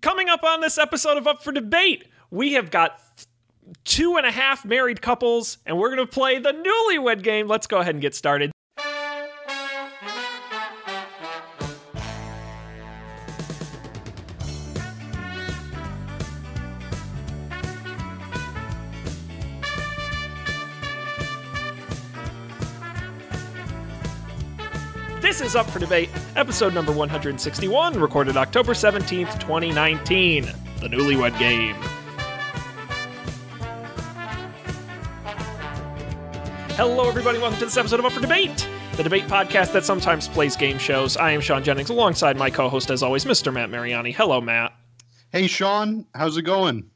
Coming up on this episode of Up for Debate, we have got two and a half married couples, and we're going to play the newlywed game. Let's go ahead and get started. This is Up for Debate, episode number 161, recorded October 17th, 2019. The newlywed game. Hello, everybody. Welcome to this episode of Up for Debate, the debate podcast that sometimes plays game shows. I am Sean Jennings, alongside my co host, as always, Mr. Matt Mariani. Hello, Matt. Hey, Sean, how's it going?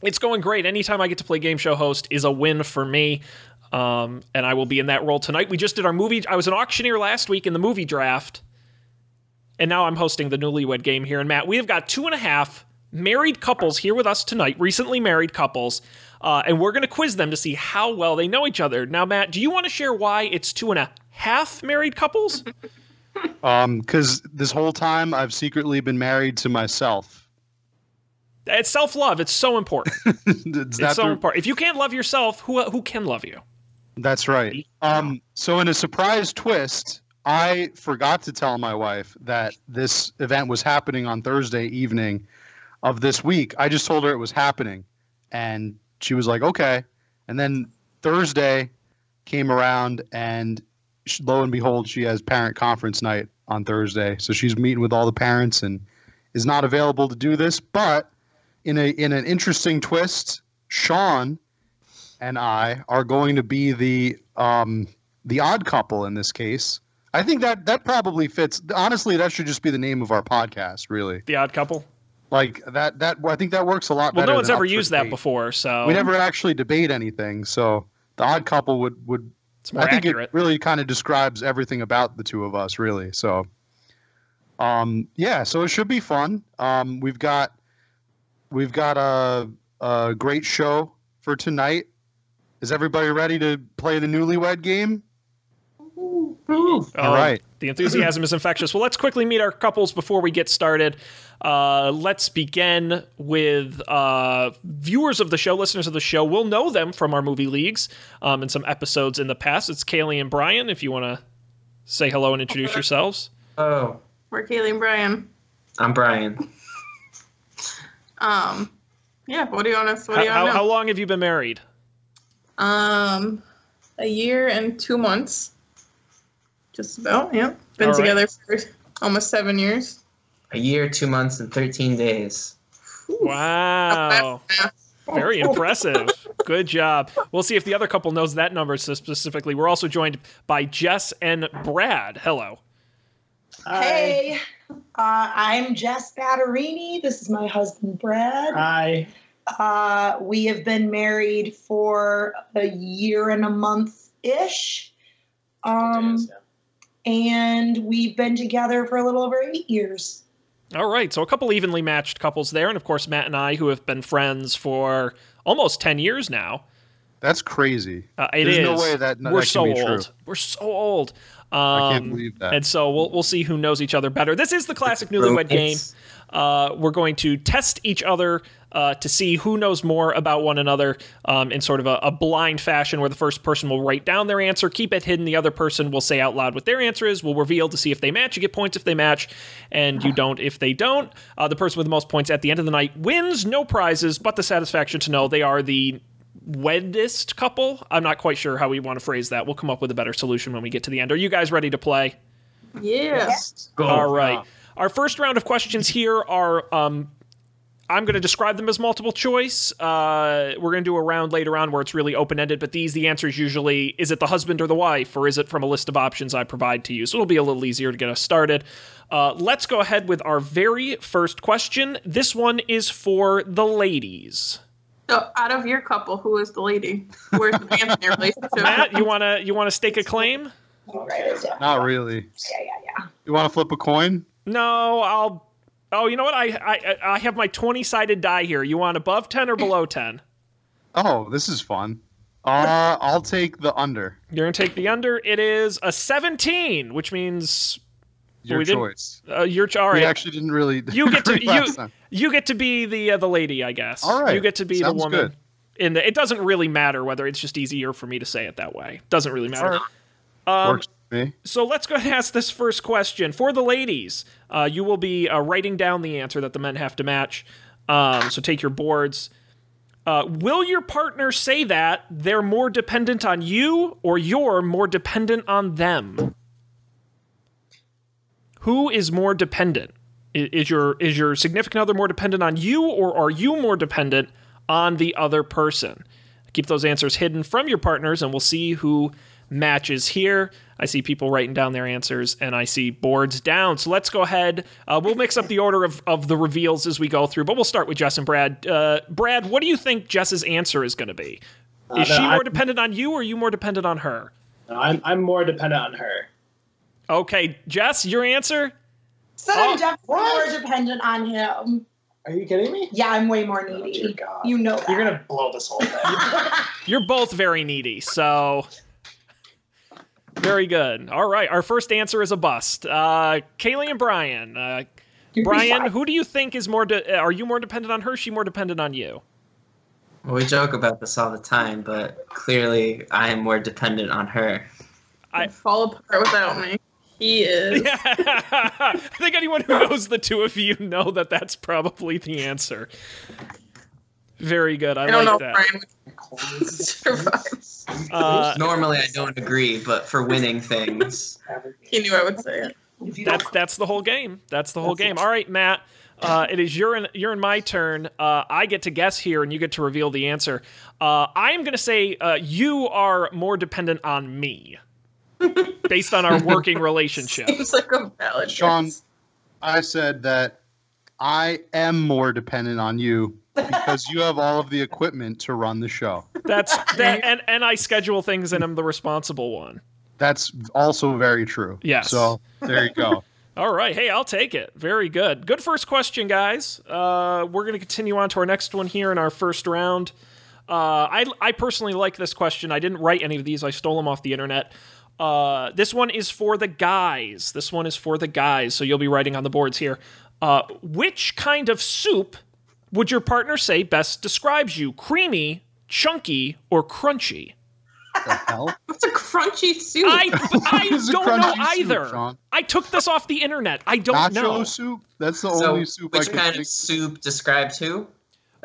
It's going great. Anytime I get to play game show host is a win for me. Um, and I will be in that role tonight. We just did our movie. I was an auctioneer last week in the movie draft. And now I'm hosting the newlywed game here. And Matt, we have got two and a half married couples here with us tonight, recently married couples. Uh, and we're going to quiz them to see how well they know each other. Now, Matt, do you want to share why it's two and a half married couples? Um, because this whole time I've secretly been married to myself. it's self love. It's so important. it's It's that so the- important. If you can't love yourself, who who can love you? That's right. Um, so in a surprise twist, I forgot to tell my wife that this event was happening on Thursday evening of this week. I just told her it was happening, and she was like, "Okay." And then Thursday came around, and sh- lo and behold, she has parent conference night on Thursday. So she's meeting with all the parents and is not available to do this. But in a in an interesting twist, Sean and I are going to be the um, the odd couple in this case. I think that that probably fits. Honestly, that should just be the name of our podcast. Really, The odd couple. like that. That I think that works a lot. Well, better no one's than ever Up for used that Debate. before, so We never actually debate anything, so the odd couple would would. it's more I think accurate. it really kind of describes everything about the two of us, really. So, um, yeah, so it should be fun. Um, we've got we've got a a great show for tonight. Is everybody ready to play the newlywed game? Um, All right. The enthusiasm is infectious. Well, let's quickly meet our couples before we get started. Uh, let's begin with uh, viewers of the show, listeners of the show. We'll know them from our movie leagues um, and some episodes in the past. It's Kaylee and Brian, if you want to say hello and introduce yourselves. Oh, We're Kaylee and Brian. I'm Brian. Um, yeah. What do you want us? What do How, you want how, to how know? long have you been married? um, a year and two months. Just about. Yeah. Been All right. together for almost seven years. A year, two months, and 13 days. Wow. Very impressive. Good job. We'll see if the other couple knows that number so specifically. We're also joined by Jess and Brad. Hello. Hey, uh, I'm Jess Batterini. This is my husband, Brad. Hi. Uh, we have been married for a year and a month ish. Um, and we've been together for a little over eight years. All right, so a couple evenly matched couples there, and of course Matt and I, who have been friends for almost ten years now. That's crazy. Uh, it There's no is. way that- no, we're that can so be true. old. We're so old. Um, I can't believe that. And so we'll we'll see who knows each other better. This is the classic newlywed game. Roommates. Uh, we're going to test each other uh, to see who knows more about one another um, in sort of a, a blind fashion where the first person will write down their answer, keep it hidden. The other person will say out loud what their answer is. We'll reveal to see if they match. You get points if they match, and you don't if they don't. Uh, the person with the most points at the end of the night wins. No prizes, but the satisfaction to know they are the weddest couple. I'm not quite sure how we want to phrase that. We'll come up with a better solution when we get to the end. Are you guys ready to play? Yeah. All right. Our first round of questions here are um, I'm going to describe them as multiple choice. Uh, we're going to do a round later on where it's really open ended, but these, the answers usually is it the husband or the wife, or is it from a list of options I provide to you? So it'll be a little easier to get us started. Uh, let's go ahead with our very first question. This one is for the ladies. So, out of your couple, who is the lady? Where's the man in your relationship? Matt, you want to you want to stake a claim? All right. Yeah, Not really. yeah, yeah. You want to flip a coin? No, I'll. Oh, you know what? I I, I have my twenty sided die here. You want above ten or below ten? Oh, this is fun. Uh, I'll take the under. You're gonna take the under. It is a 17, which means Your we didn't- choice. Uh, you're ch- all We right. actually didn't really. You get to- agree you- last time. you get to be the uh, the lady, I guess. All right. You get to be the Sounds woman. good. In the, it doesn't really matter whether it's just easier for me to say it that way. Doesn't really All matter. right. Um, Works for me. so let's go ahead and ask this first question for the ladies. Uh, you will be uh, writing down the answer that the men have to match. Um, so take your boards. Uh, will your partner say that they're more dependent on you or you're more dependent on them? Who is more dependent? I- Is your is your significant other more dependent on you or are you more dependent on the other person? Keep those answers hidden from your partners and we'll see who matches here. I see people writing down their answers and I see boards down. So let's go ahead. Uh, we'll mix up the order of, of the reveals as we go through, but we'll start with Jess and Brad. Uh, Brad, what do you think Jess's answer is going to be? Is Uh, she I- more dependent on you or are you more dependent on her? I'm, I'm more dependent on her. Okay, Jess, your answer? So Oh, I'm definitely what? more dependent on him. Are you kidding me? Yeah, I'm way more Oh, dear needy. God. you know that. You're gonna blow this whole thing. You're both very needy, so very good. All right, our first answer is a bust. Uh, Kaylee and Brian. Uh, You'd be Brian, fine. who do you think is more? De- are you more dependent on her? She more dependent on you? Well, we joke about this all the time, but clearly I am more dependent on her. I- You'd fall apart without me. He is. Yeah. I think anyone who knows the two of you know that that's probably the answer. Very good. I, I, don't know like if that. Brian would survive. Uh, Normally I don't agree, but for winning things, He knew I would say it. If you don't- that's that's the whole game. That's the whole game. All right, Matt. Uh, it is your and your and my turn. Uh, I get to guess here, and you get to reveal the answer. Uh, I am going to say uh, you are more dependent on me, based on our working relationship. Seems like a valid Sean- guess. I said that I am more dependent on you because you have all of the equipment to run the show. That's that, and and I schedule things, and I'm the responsible one. That's also very true. Yes. So there you go. All right. Hey, I'll take it. Very good. Good first question, guys. Uh, we're going to continue on to our next one here in our first round. Uh, I, I personally like this question. I didn't write any of these, I stole them off the internet. Uh, this one is for the guys. This one is for the guys. So you'll be writing on the boards here. Uh, which kind of soup would your partner say best describes you? Creamy, chunky, or crunchy? the hell? What's a crunchy soup? I, I What is a don't know crunchy soup, either. Sean? I took this off the internet. I don't Nacho know. soup? That's the so only soup I which can kind think of soup describes who?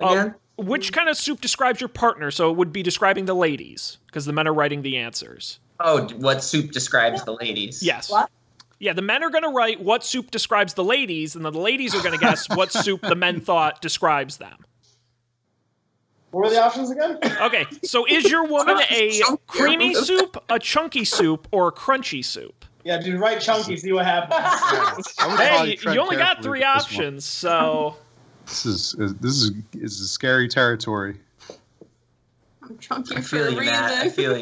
Um, Again, Which kind of soup describes your partner? So it would be describing the ladies because the men are writing the answers. oh, d- what soup describes the ladies? Yes. What? Yeah, the men are going to write what soup describes the ladies, and then the ladies are going to guess what soup the men thought describes them. What were the options again? Okay, so is your woman a Chunky. creamy soup, a chunky soup, or a crunchy soup? Yeah, dude, write chunky, see what happens. I would probably Hey, you, tread you only got carefully three with this one. options, so This is is- this is this is scary territory. I'm chunky I for feel a you, reason. Matt. I feel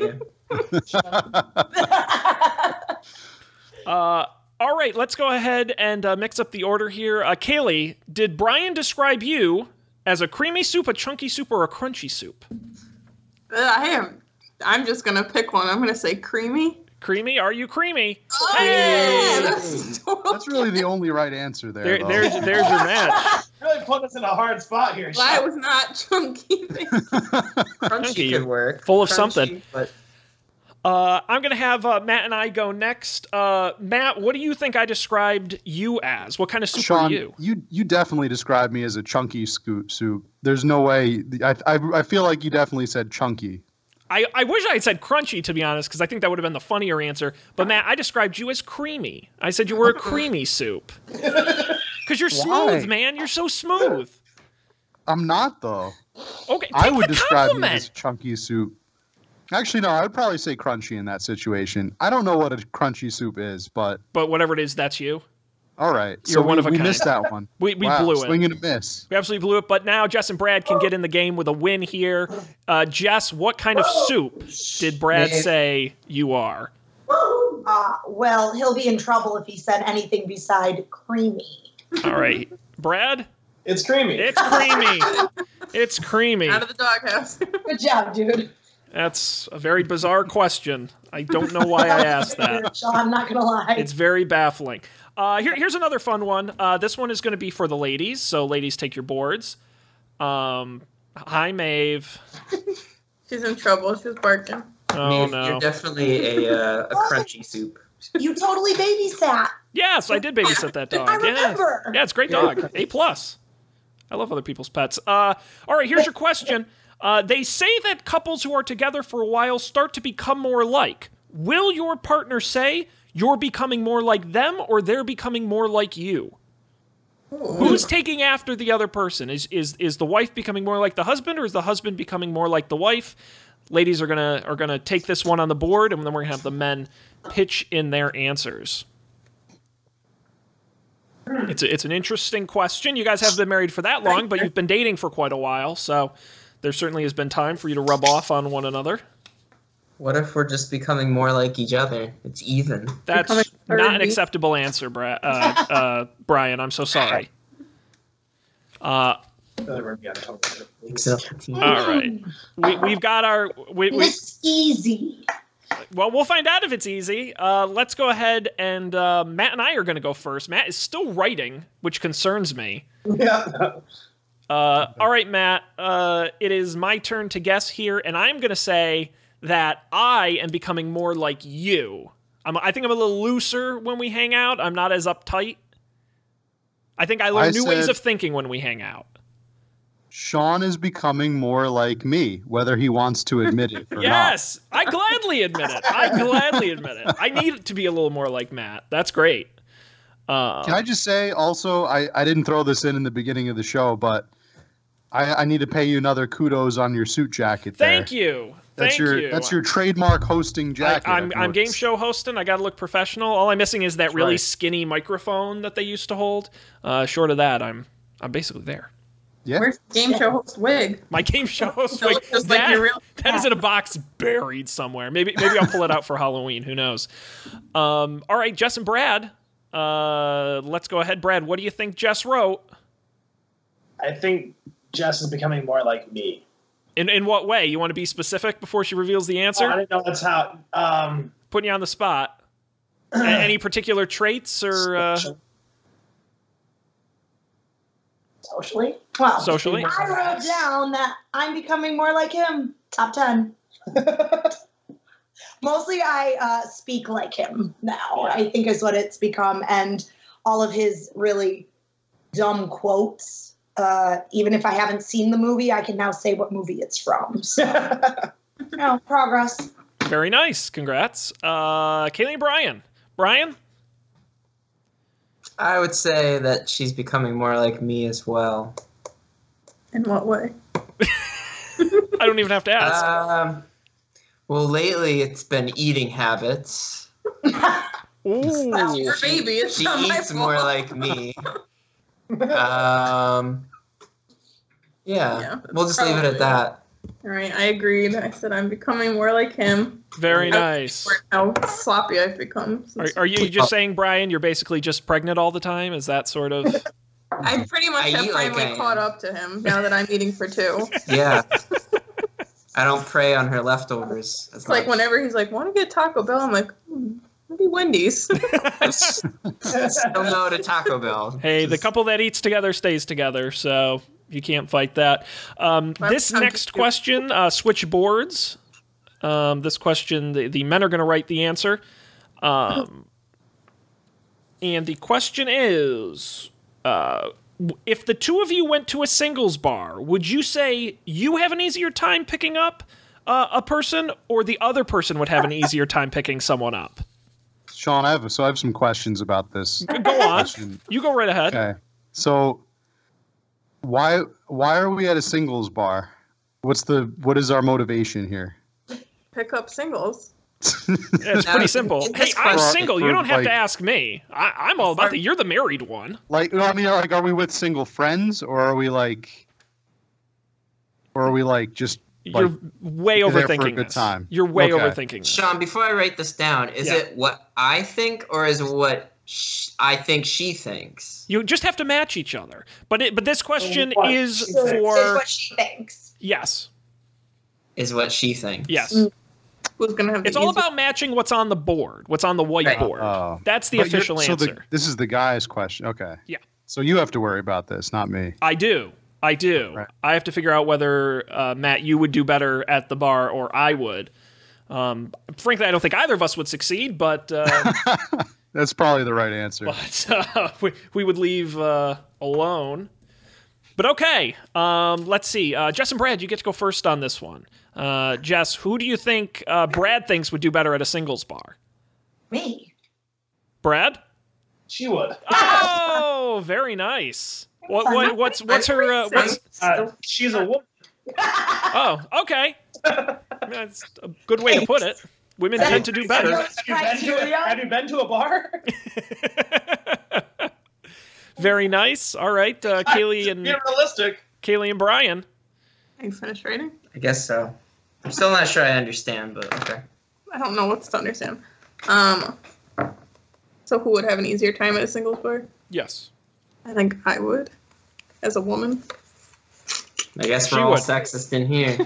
you. Uh, all right, let's go ahead and uh, mix up the order here. Uh, Kaylee, did Brian describe you as a creamy soup, a chunky soup, or a crunchy soup? Uh, I am. I'm just gonna pick one. I'm gonna say creamy. Creamy? Are you creamy? Oh, Hey! yeah, that's total- That's really the only right answer there. There, though. there's there's your match. really put us in a hard spot here. Why it was not chunky. Chunky, Crunchy could work. full of Crunchy, something. But Uh, I'm gonna have uh, Matt and I go next. Uh, Matt, what do you think I described you as? What kind of soup Sean, are you? you you definitely described me as a chunky scoop soup. There's no way. I, I I feel like you definitely said chunky. I, I wish I had said crunchy to be honest, because I think that would have been the funnier answer. But Matt, I described you as creamy. I said you were a creamy soup. Because you're smooth, Why? man. You're so smooth. I'm not though. Okay, take I would the describe you as compliment. chunky soup. Actually, no, I would probably say crunchy in that situation. I don't know what a crunchy soup is, but But whatever it is, that's you. all right. You're so one we, of a we kind. missed that one. We, we Wow, blew it. swing and a miss. We absolutely blew it. But now Jess and Brad can get in the game with a win here. Uh, Jess, what kind of soup did Brad Man. say you are? uh, well, he'll be in trouble if he said anything beside creamy. All right, Brad, It's creamy. it's creamy. It's creamy. out of the doghouse. Good job, dude. That's a very bizarre question. I don't know why I asked that. Sean, I'm not gonna lie. It's very baffling. Uh, here, here's another fun one. Uh, this one is going to be for the ladies. So, ladies, take your boards. Um, hi, Maeve. She's in trouble. She's barking. Oh, Maeve, You're no. definitely a, uh, a crunchy soup. You totally babysat. Yes, Oh, I did babysit that dog. I Yeah. remember. Yeah, it's a great dog. A plus. I love other people's pets. Uh, all right, here's your question. Uh, they say that couples who are together for a while start to become more alike. Will your partner say you're becoming more like them, or they're becoming more like you? Who's taking after the other person? Is is is the wife becoming more like the husband, or is the husband becoming more like the wife? Ladies are gonna are gonna take this one on the board, and then we're gonna have the men pitch in their answers. It's a, it's an interesting question. You guys haven't been married for that long, but you've been dating for quite a while, so there certainly has been time for you to rub off on one another. What if we're just becoming more like each other? It's even. That's Becoming third not an week. acceptable answer, Bra- uh, uh, Brian. I'm so sorry. Uh, Except the team. all right, we, we've got our we, we, It's Mm. easy. Well, we'll find out if it's easy. Uh, let's go ahead and uh, Matt and I are going to go first. Matt is still writing, which concerns me. Yeah. Uh, all right, Matt, uh, it is my turn to guess here, and I'm going to say that I am becoming more like you. I'm, I think I'm a little looser when we hang out. I'm not as uptight. I think I learn I new ways said- of thinking when we hang out. Sean is becoming more like me, whether he wants to admit it or Yes, I gladly admit it. I gladly admit it. I need to be a little more like Matt. That's great. Uh, not. Can I just say also, I, I didn't throw this in in the beginning of the show, but I, I need to pay you another kudos on your suit jacket. Thank there. you. That's Thank your you. that's your trademark hosting I, jacket. I'm, I'm Edwards. game show hosting. I got to look professional. All I'm missing is that That's really right. skinny microphone that they used to hold. Uh, short of that, I'm I'm basically there. Where's the game show host wig? My game show host. It looks wig, just that, like your real. that is in a box buried somewhere. Maybe maybe I'll pull it out for Halloween. Who knows? Um, all right, Jess and Brad. Uh, let's go ahead, Brad. What do you think Jess wrote? I think Jess is becoming more like me. In in what way? You want to be specific before she reveals the Oh, I Uh, answer? didn't know that's how. Um, Putting you on the spot. A- Any particular traits or uh, Socially. Wow. socially? I wrote down that I'm becoming more like him. Top 10. Mostly I uh, speak like him now, I think is what it's become. And all of his really dumb quotes. Uh, even if I haven't seen the movie, I can now say what movie it's from. So, you know, progress. Very nice. Congrats. Uh, Kaylee and Brian. Brian? I would say that she's becoming more like me as well. In what way? I don't even have to ask. Um, well, lately it's been eating habits. That's Ooh. your baby. It's Hmm, She not my eats fault. more like me. Um, yeah. Yeah, we'll just leave it probably. at that. All right, I agreed. I said I'm becoming more like him. Very I- nice. Or how sloppy I've become. Are, since- are you just saying, Brian, you're basically just pregnant all the time? Is that sort of. I pretty I much have eat like finally I am. caught up to him now that I'm eating for two. Yeah. I don't prey on her leftovers. It's like whenever he's like, "Want to get Taco Bell?" I'm like, hmm, "Maybe Wendy's." Still no to Taco Bell. hey, the Just- couple that eats together stays together, so you can't fight that. Um, Well, this I'm next just- question uh, switch boards. Um, this question, the, the men are going to write the answer. Um, and the question is uh, w- if the two of you went to a singles bar, would you say you have an easier time picking up uh, a person or the other person would have an easier time picking someone up? Sean, I have so I have some questions about this. Go on. Question. You go right ahead. Okay. So why why are we at a singles bar? What's the what is our motivation here? Pick up singles. It's pretty Now, simple. in Hey, this I'm question- single. You don't have to Like- ask me. I, I'm all about that. You're the married one. Like no, I mean like are we with single friends or are we like or are we like just You're Like, way you're there for a overthinking good this. time. You're way Okay. overthinking this. Sean, before I write this down, is Yeah. it what I think or is it what sh- I think she thinks? You just have to match each other. But it, but this question what? is So it's for what she thinks. yes, Is what she thinks. yes. Mm. who's gonna have? It's the all easy- about matching what's on the board, what's on the whiteboard. Oh. That's the But you're- official so answer. the- this is the guy's question. Okay. Yeah. So you have to worry about this, not me. I do. I do. Right. I have to figure out whether uh, Matt, you would do better at the bar, or I would. Um, frankly, I don't think either of us would succeed, but uh, That's probably the right answer. but uh, we, we would leave uh, alone. But okay, um, let's see. Uh, Jess and Brad, you get to go first on this one. Uh, Jess, who do you think uh, Brad thinks would do better at a singles bar? Me. Brad? She would. Oh, very nice. What, what, what's what's her uh, what's Uh, she's a woman. Oh, okay. That's a good way to put it. Women tend to do better. Have you been to a, have you been to a bar? Very nice. All right, uh, Kaylee Be and realistic. Kaylee and Brian. Are you finished writing? I guess so. I'm still not sure I understand, but okay. I don't know what's to understand. Um, so who would have an easier time at a singles bar? Yes. I think I would, as a woman. I guess She we're all would. sexist in here.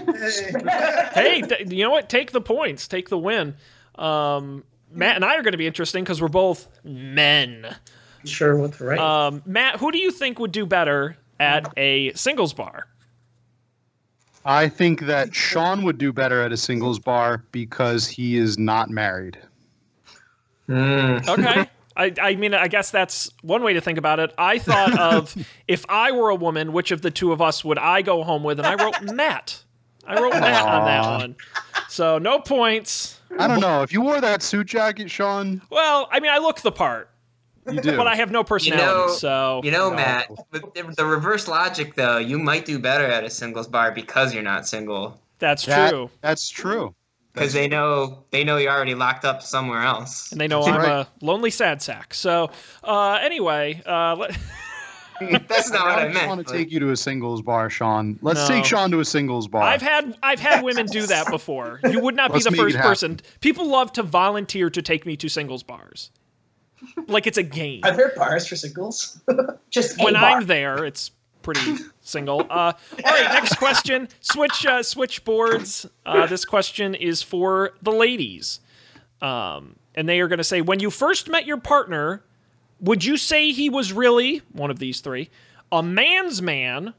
Hey, th- you know what? Take the points. Take the win. Um, Matt and I are going to be interesting because we're both men. sure, what's right? Um, Matt, who do you think would do better at a singles bar? I think that Sean would do better at a singles bar because he is not married. Mm. Okay. I, I mean, I guess that's one way to think about it. I thought of if I were a woman, which of the two of us would I go home with? And I wrote Matt. I wrote Matt on Aw. that one. So no points. I don't know. If you wore that suit jacket, Sean, Well, I mean, I look the part, you do. but I have no personality. know- so You know, No. Matt, with the, the reverse logic though, you might do better at a singles bar because you're not single. that's That- true. That's true. Because they know they know you're already locked up somewhere else. And they know That's I'm right. a lonely sad sack. So uh, anyway, uh, let- That's not what I I just meant. want but- to take you to a singles bar, Sean. Let's No. take Sean to a singles bar. I've had I've had women do that before. You would not be Let's the make it first happen. person. People love to volunteer to take me to singles bars, like it's a game. Are there bars for singles? Just a When bar. I'm there, it's pretty single. Uh, all right, next question. Switch uh, switch boards. Uh, this question is for the ladies, um, and they are going to say, when you first met your partner, would you say he was really one of these three, a man's man,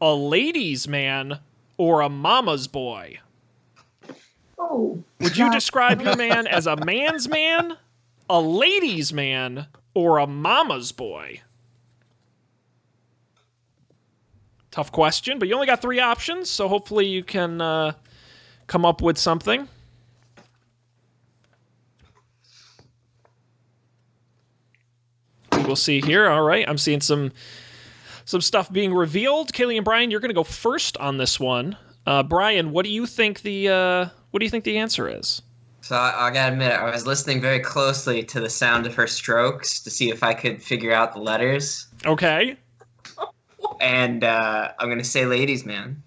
a lady's man, or a mama's boy? Oh, Would you God. describe your man as a man's man, a ladies' man, or a mama's boy? Tough question, but you only got three options, so hopefully you can uh, come up with something. We'll see here. All right, I'm seeing some some stuff being revealed. Kaylee and Brian, you're going to go first on this one. Uh, Brian, what do you think the uh, what do you think the answer is? So I, I gotta admit, I was listening very closely to the sound of her strokes to see if I could figure out the letters. Okay, And uh, I'm gonna say, ladies, man.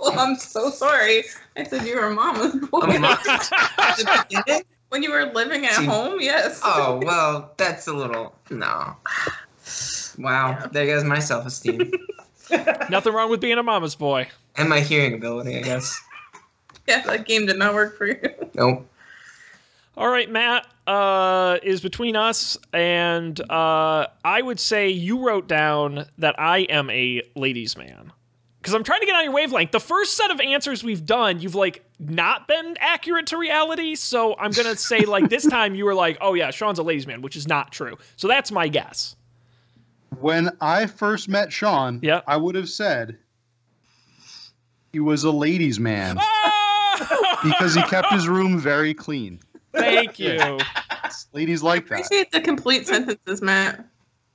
Well, Oh, I'm so sorry. I said you were mama's boy. I'm a- when you were living at See- home, yes. oh well, that's a little no. Wow, Yeah. there goes my self-esteem nothing wrong with being a mama's boy. and my hearing ability, I guess. Yeah, that game did not work for you. Nope. All right, Matt uh, is between us, and uh, I would say you wrote down that I am a ladies' man because I'm trying to get on your wavelength. The first set of answers we've done, you've like not been accurate to reality, so I'm gonna say like this time you were like, oh yeah, Sean's a ladies' man, which is not true. So that's my guess. when I first met Sean, Yeah. I would have said he was a ladies' man because he kept his room very clean. Thank you. Ladies like that. Appreciate the complete sentences, Matt.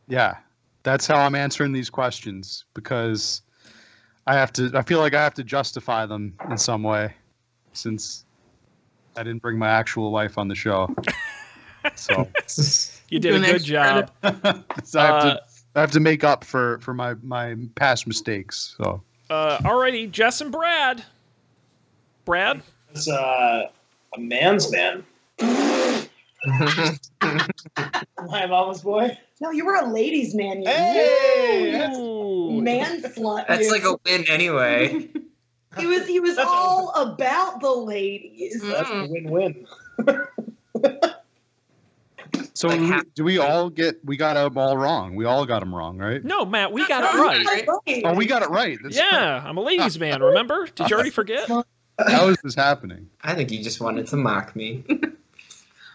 Yeah, that's how I'm answering these questions because I have to. I feel like I have to justify them in some way, since I didn't bring my actual wife on the show. so You did a Doing good extra job. credit. so I have to. I have to make up for for my my past mistakes. So Uh, alrighty, Jess and Brad. Brad, It's uh, a man's man. My mama's boy. No, you were a ladies' man. You Hey! Ooh. man slut. that's you. like a win anyway. He was he was That's all about the Mm-hmm. ladies. That's Mm. a win-win. So Like we- half- do we all get? We got them all wrong. We all got them wrong, right? No, Matt, we got it Oh, right. that's right. Oh, we got it right. That's right. Yeah, I'm a ladies' man. Remember? Did you already forget? How is this happening? I think you just wanted to mock me.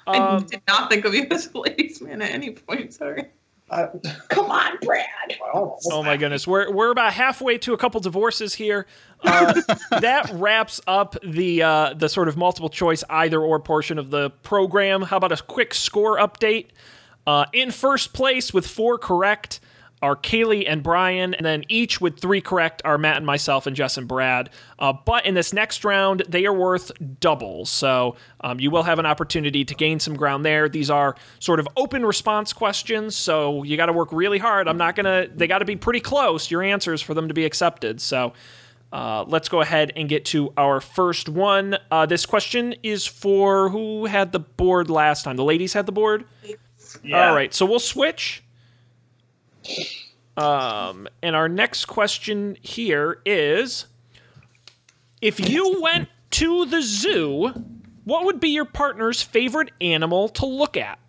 I Um, did not think of you as a ladies' man at any point. Sorry. I, Come on, Brad. well, oh my goodness, we're we're about halfway to a couple divorces here. Uh, that wraps up the uh, the sort of multiple choice either or portion of the program. How about a quick score update? Uh, in first place with four correct are Kaylee and Brian, and then each with three correct are Matt and myself and Jess and Brad. Uh, but in this next round, they are worth double. So um, you will have an opportunity to gain some ground there. These are sort of open response questions, so you got to work really hard. I'm not going to, they got to be pretty close, your answers, for them to be accepted. So. Uh, let's go ahead and get to our first one. Uh, this question is for who had the board last time? The ladies had the board? yeah. All right, so we'll switch. Um, and our next question here is if you went to the zoo, what would be your partner's favorite animal to look at?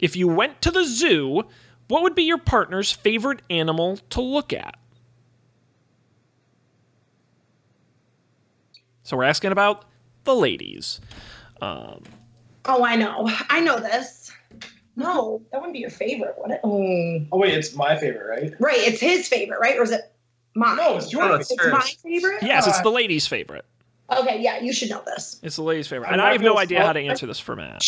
If you went to the zoo, what would be your partner's favorite animal to look at? So we're asking about the ladies. Um, Oh, I know. I know this. No, that wouldn't be your favorite, would it? Oh. Oh wait, it's my favorite, right? Right, it's his favorite, right? Or is it mine? No, it's No, it's- yours. It's my hers. favorite? yes, it's Uh, the ladies' favorite. Okay, yeah, you should know this. It's the lady's favorite. I'm And not I have no gonna idea stop. how to answer this for Matt.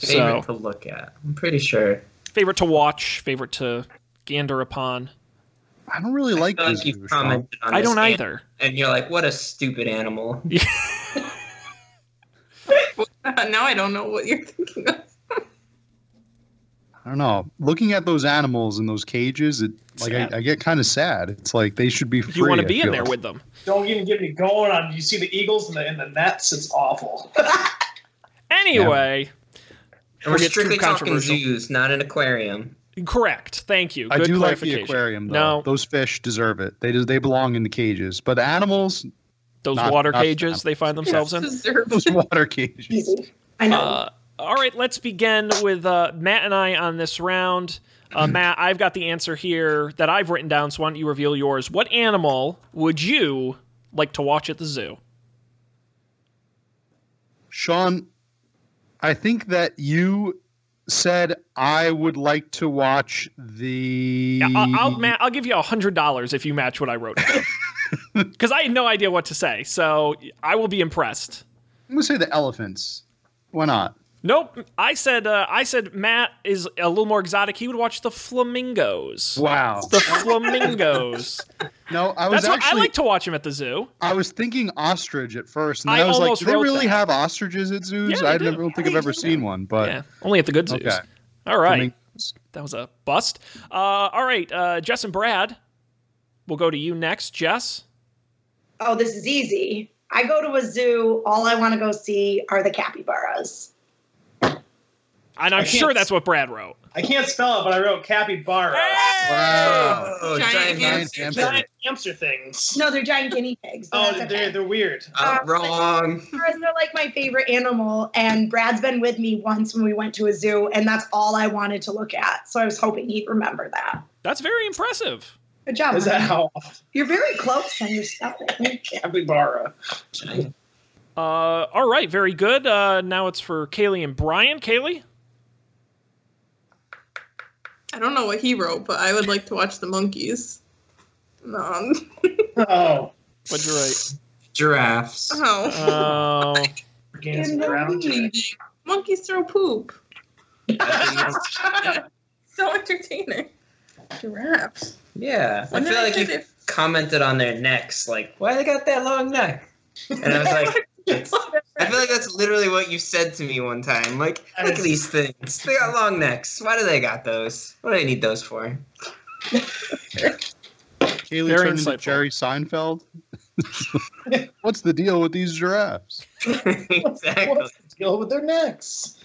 Favorite So, to look at. I'm pretty sure. favorite to watch, favorite to gander upon. I don't really like I feel this. like you commented on I this don't an- either. And you're like, what a stupid animal. Uh, now I don't know what you're thinking of. I don't know. Looking at those animals in those cages, it like Sad. I, I get kind of sad. It's like they should be free. You want to I be in feel there like. with them. Don't even get me going on. You see the eagles and the and the nets. It's awful. Anyway, And we're Forget too strictly talking controversial. zoos, not an aquarium. correct. Thank you. Good I do like the clarification. aquarium. Though. No, those fish deserve it. They they belong in the cages. But animals, those not- water not- cages they find themselves in. Deserve- those water cages. Easy. I know. Uh, all right, let's begin with uh, Matt and I on this round. Hmm. Uh, Matt, I've got the answer here that I've written down, so why don't you reveal yours? What animal would you like to watch at the zoo? Sean, I think that you said I would like to watch the. Yeah, I'll, I'll, Matt, I'll give you hundred dollars if you match what I wrote, because I had no idea what to say. So I will be impressed. I'm gonna say the elephants. Why not? Nope, I said uh, I said Matt is a little more exotic. He would watch the flamingos. Wow. The flamingos. No, I was That's what I actually like to watch him at the zoo. I was thinking ostrich at first, and I then I, was like, almost do they wrote really that. have ostriches at zoos? Yeah, they I do. never don't think I've They ever do. seen one, but yeah, only at the good zoos. okay. All I right, mean, that was a bust. Uh, all right, uh, Jess and Brad, we'll go to you next. Jess, oh, this is easy. I go to a zoo. All I want to go see are the capybaras. and I I'm can't sure s- that's what Brad wrote. I can't spell it, but I wrote capybara. Wow. Oh, Giant giant, Giant hamster. hamster. Giant hamster things. No, they're giant guinea pigs. but oh, that's they're okay. they're weird. Uh, wrong. Capybaras are like my favorite animal, and Brad's been with me once when we went to a zoo, and that's all I wanted to look at. So I was hoping he'd remember that. That's very impressive. Good job. Is that honey. how You're very close on your spelling. capybara? Giant. Uh, all right, very good. Uh, now it's for Kaylee and Brian. Kaylee. I don't know what he wrote, but I would like to watch the monkeys. Um, Oh, What'd you write? Giraffes. oh. Oh, Against You're ground. naive. Monkeys throw poop. I think- so entertaining. Giraffes. yeah. I Wonder feel if like they you did- commented on their necks, like, why they got that long neck? And I was like, I feel like that's literally what you said to me one time. Like, look at these things. They got long necks. Why do they got those? What do they need those for? Kaylee Very turned into insightful. Jerry Seinfeld. What's the deal with these giraffes? exactly. What's the deal with their necks?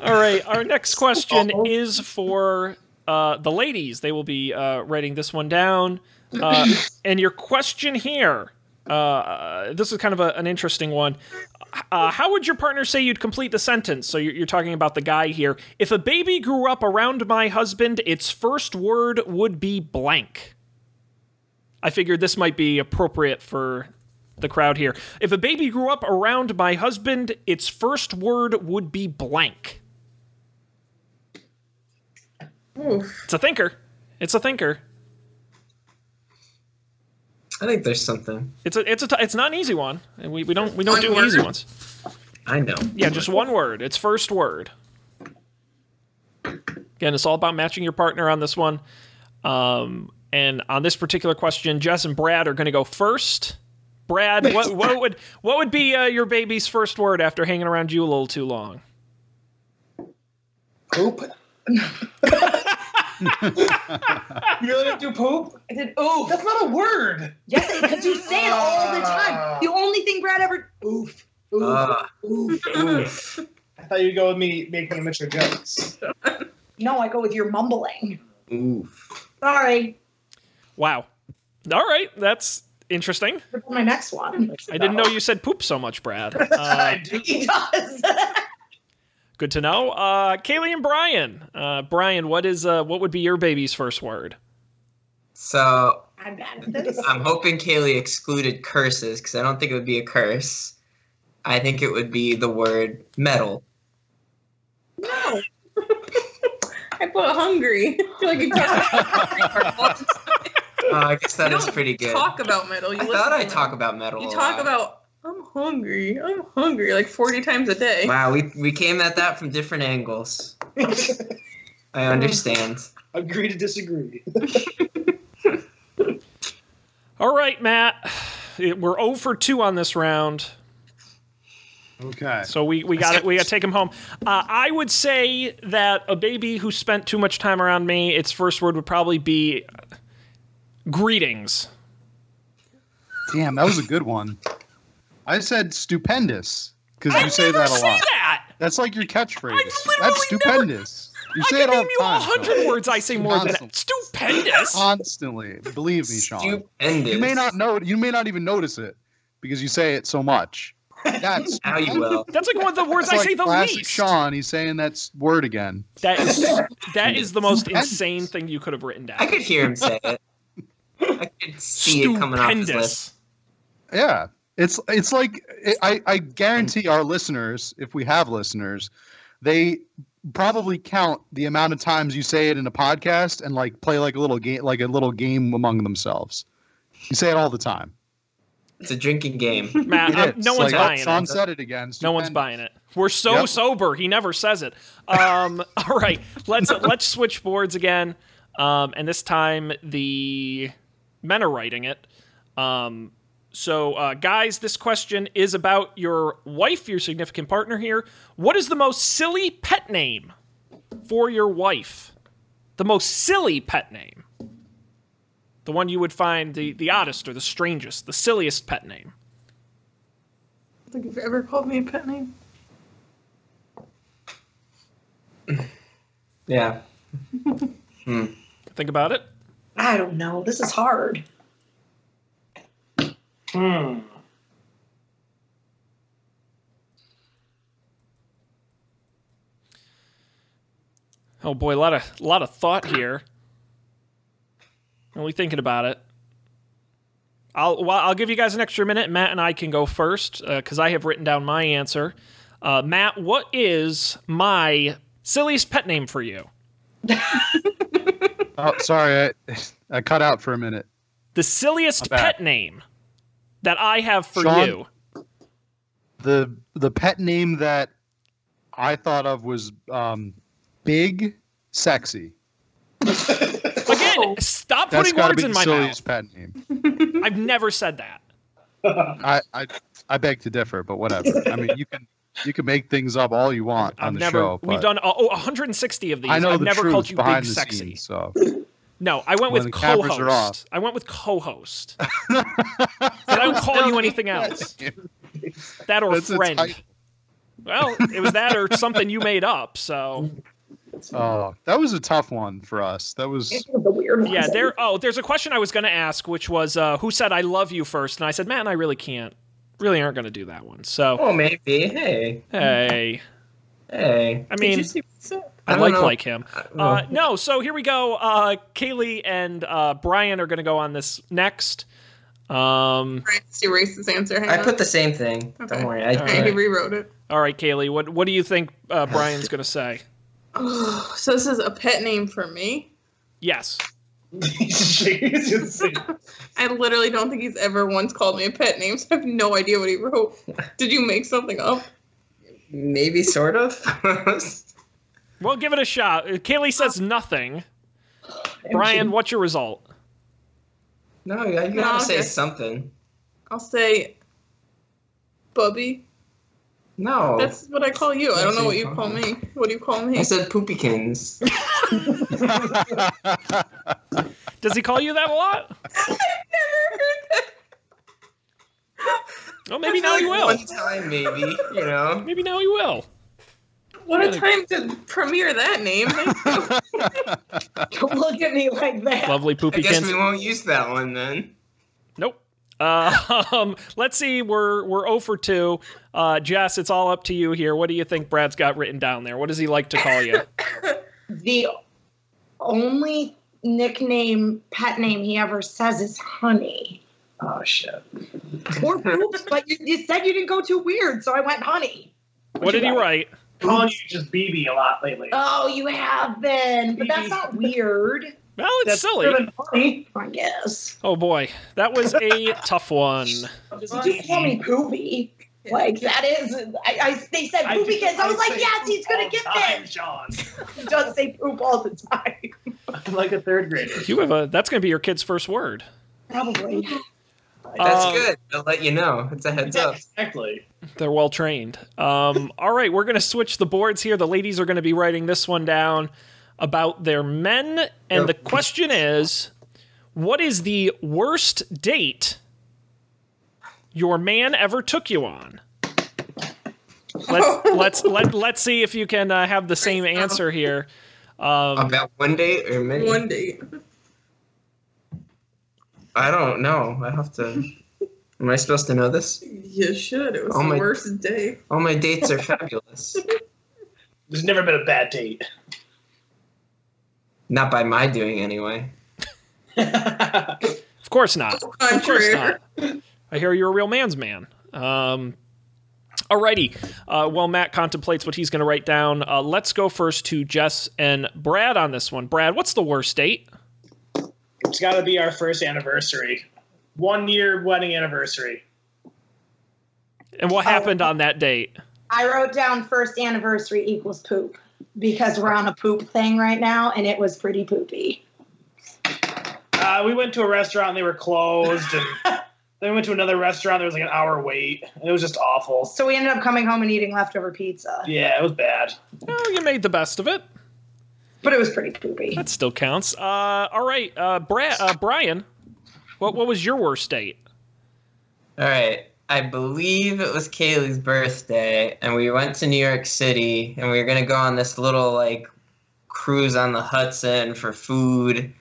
all right. Our next question Uh-oh. is for uh, the ladies. They will be uh, writing this one down. Uh, and your question here uh, this is kind of a, an interesting one. Uh, how would your partner say you'd complete the sentence? So you're, you're talking about the guy here. If a baby grew up around my husband, its first word would be blank. I figured this might be appropriate for the crowd here. If a baby grew up around my husband, its first word would be blank. Oof. It's a thinker. It's a thinker. I think there's something. It's a it's a t- it's not an easy one. And We, we don't we don't One do word. easy ones. I know. Yeah, just one word. It's first word. Again, it's all about matching your partner on this one. Um, and on this particular question, Jess and Brad are going to go first. Brad, what what would what would be uh, your baby's first word after hanging around you a little too long? Poop. you really don't do poop? I said, oof. That's not a word. Yes, because you say it all the time. The only thing Brad ever, oof, oof, Ah. oof. Oof. I thought you'd go with me making immature jokes. No, I go with your mumbling. Oof. Sorry. Wow. All right, that's interesting. What about my next one? I didn't know you said poop so much, Brad. I Uh, do. He does. good to know. Uh, Kaylee and Brian. Uh, Brian, what is uh, what would be your baby's first word? So I'm mad at this. I'm hoping Kaylee excluded curses because I don't think it would be a curse. I think it would be the word metal. No. I put hungry. I feel like you can't Uh, I guess that You is don't pretty good. talk about metal. You I listen thought to I them. talk about metal. You a talk lot. about I'm hungry. I'm hungry like 40 times a day. Wow, we we came at that from different angles. I Oh. understand. Agree to disagree. All right, Matt. It- We're 0 for 2 on this round, Okay. so we, we got it. We got to take him home. Uh, I would say that a baby who spent too much time around me, its first word would probably be uh, greetings. Damn, that was a good one. I said stupendous because you I say never that a say lot. that. That's like your catchphrase. literally That's stupendous. You say I it can all name the you a time. Uh, hundred Sean. words. I say more than that. Stupendous. Constantly. Believe me, Sean. Stupendous. You may not know it. You may not even notice it because you say it so much. That's Now you will. That's like one of the words It's I like say the classic least. Sean, he's saying that s- word again. That is that is the most Stupendous. insane thing you could have written down. I could hear him say it. I could see it coming off his list. Stupendous. Yeah, it's it's like I I guarantee our listeners, if we have listeners, they probably count the amount of times you say it in a podcast and like play like a little game, like a little game among themselves. You say it all the time. It's a drinking game. Matt, It I'm- is. no one's Like, oh, buying Sean it. said it again. No one's Stupendous. buying it. We're so Yep. sober. He never says it. Um, all right, let's let's switch boards again. Um, and this time the men are writing it. Um, so, uh, guys, this question is about your wife, your significant partner here. What is the most silly pet name for your wife? The most silly pet name. The one you would find the, the oddest or the strangest, the silliest pet name. I don't think you've ever called me a pet name. Yeah. Think about it. I don't know. This is hard. Hmm. Oh boy, a lot of a lot of thought here. Only thinking about it. I'll well, I'll give you guys an extra minute. Matt and I can go first because I have written down my answer. Uh, Matt, what is my silliest pet name for you? Oh, sorry, I, I cut out for a minute. The silliest Not bad. pet name that I have for Sean? you. the The pet name that I thought of was um, Big Sexy. Again, stop That's putting got to words be in the my silliest mouth. pet name. I've never said that. I, I I beg to differ, but whatever. I mean, you can you can make things up all you want on I've the never. show. we've but done oh, 160 of these. I know have the never truth called you behind big the sexy. scenes. So No, I went with When the cameras co-host. are off. I went with co-host. Did I don't call you anything else? That or That's a friend. title. Well, it was that or something you made up. So Oh, that was a tough one for us. That was One of the weird ones. Yeah, there. Oh, there's a question I was going to ask, which was uh, who said I love you first, and I said, man, I really can't, really aren't going to do that one. So Oh, maybe. Hey, hey, hey. I Did you mean, see what he said? I, I don't like know. like him. Uh, no, so here we go. Uh, Kaylee and uh, Brian are going to go on this next. Um, Brian just erased his answer. Hang I on. put the same thing. Okay. Don't worry. I, Okay, he Alright. rewrote it. all right, Kaylee, what what do you think uh, Brian's going to say? Oh, so this is a pet name for me. Yes. Jesus. I literally don't think he's ever once called me a pet name, so I have no idea what he wrote. Did you make something up? Maybe, sort of. Well, give it a shot. Uh, Kaylee says nothing. Brian, what's your result? no, you gotta No, say okay. something. I'll say Bubby. No. That's what I call you. I don't That's know what what you you call call me. What do you call Oh. I me? said poopykins. Does he call you that a lot? Oh, maybe now he will. One time, maybe. You know. Maybe now he will. What a time to premiere that name. Thank you. Don't look at me like that. Lovely I poopy guess cans. we won't use that one then. Nope. Uh, um, let's see. We're we're 0 for two. Uh, Jess, it's all up to you here. What do you think Brad's got written down there? What does he like to call you? the only nickname, pet name he ever says is honey. Oh shit. Or poops, but you, you said you didn't go too weird, so I went honey. what did he write? Calling you just BB a lot lately. Oh, you have been, but that's not weird, Well, it's silly. better than honey. I guess. Oh boy, that was a tough one. You just call me poopy. Like that is, I, I they said I poopy just- kids. I was like, say yes, he's poop gonna all get the time, this. He does say poop all the time, Sean. like a third grader. You have a. That's going to be your kid's first word. probably. That's Um, good. I'll let you know. It's a heads up. Exactly. They're well trained. Um, all right, we're going to switch the boards here. The ladies are going to be writing this one down about their men. And the question is what is the worst date your man ever took you on? Let's let's let, let's see if you can uh, have the same answer here. Um, About one date or many? One day. I don't know. I have to. Am I supposed to know this? You should. It was Oh the my- worst day. All my dates are fabulous. There's never been a bad date. Not by my doing, anyway. of course not. Of course Contrary. not. I hear you're a real man's man. Um, alrighty. Uh, while Matt contemplates what he's going to write down, uh, let's go first to Jess and Brad on this one. Brad, what's the worst date? it's got to be our first anniversary. One year wedding anniversary. And what Oh. happened on that date? I wrote down first anniversary equals poop because we're on a poop thing right now, and it was pretty poopy. Uh, we went to a restaurant and they were closed. And then we went to another restaurant. There was like an hour wait. And it was just awful. So we ended up coming home and eating leftover pizza, Yeah, it was bad. Well, Oh, you made the best of it. but it was pretty poopy. That still counts. Uh, all right, uh, Brad, uh, Brian, what what was your worst date? All right. I believe it was Kaylee's birthday, and we went to New York City, and we were gonna go on this little like cruise on the Hudson for food,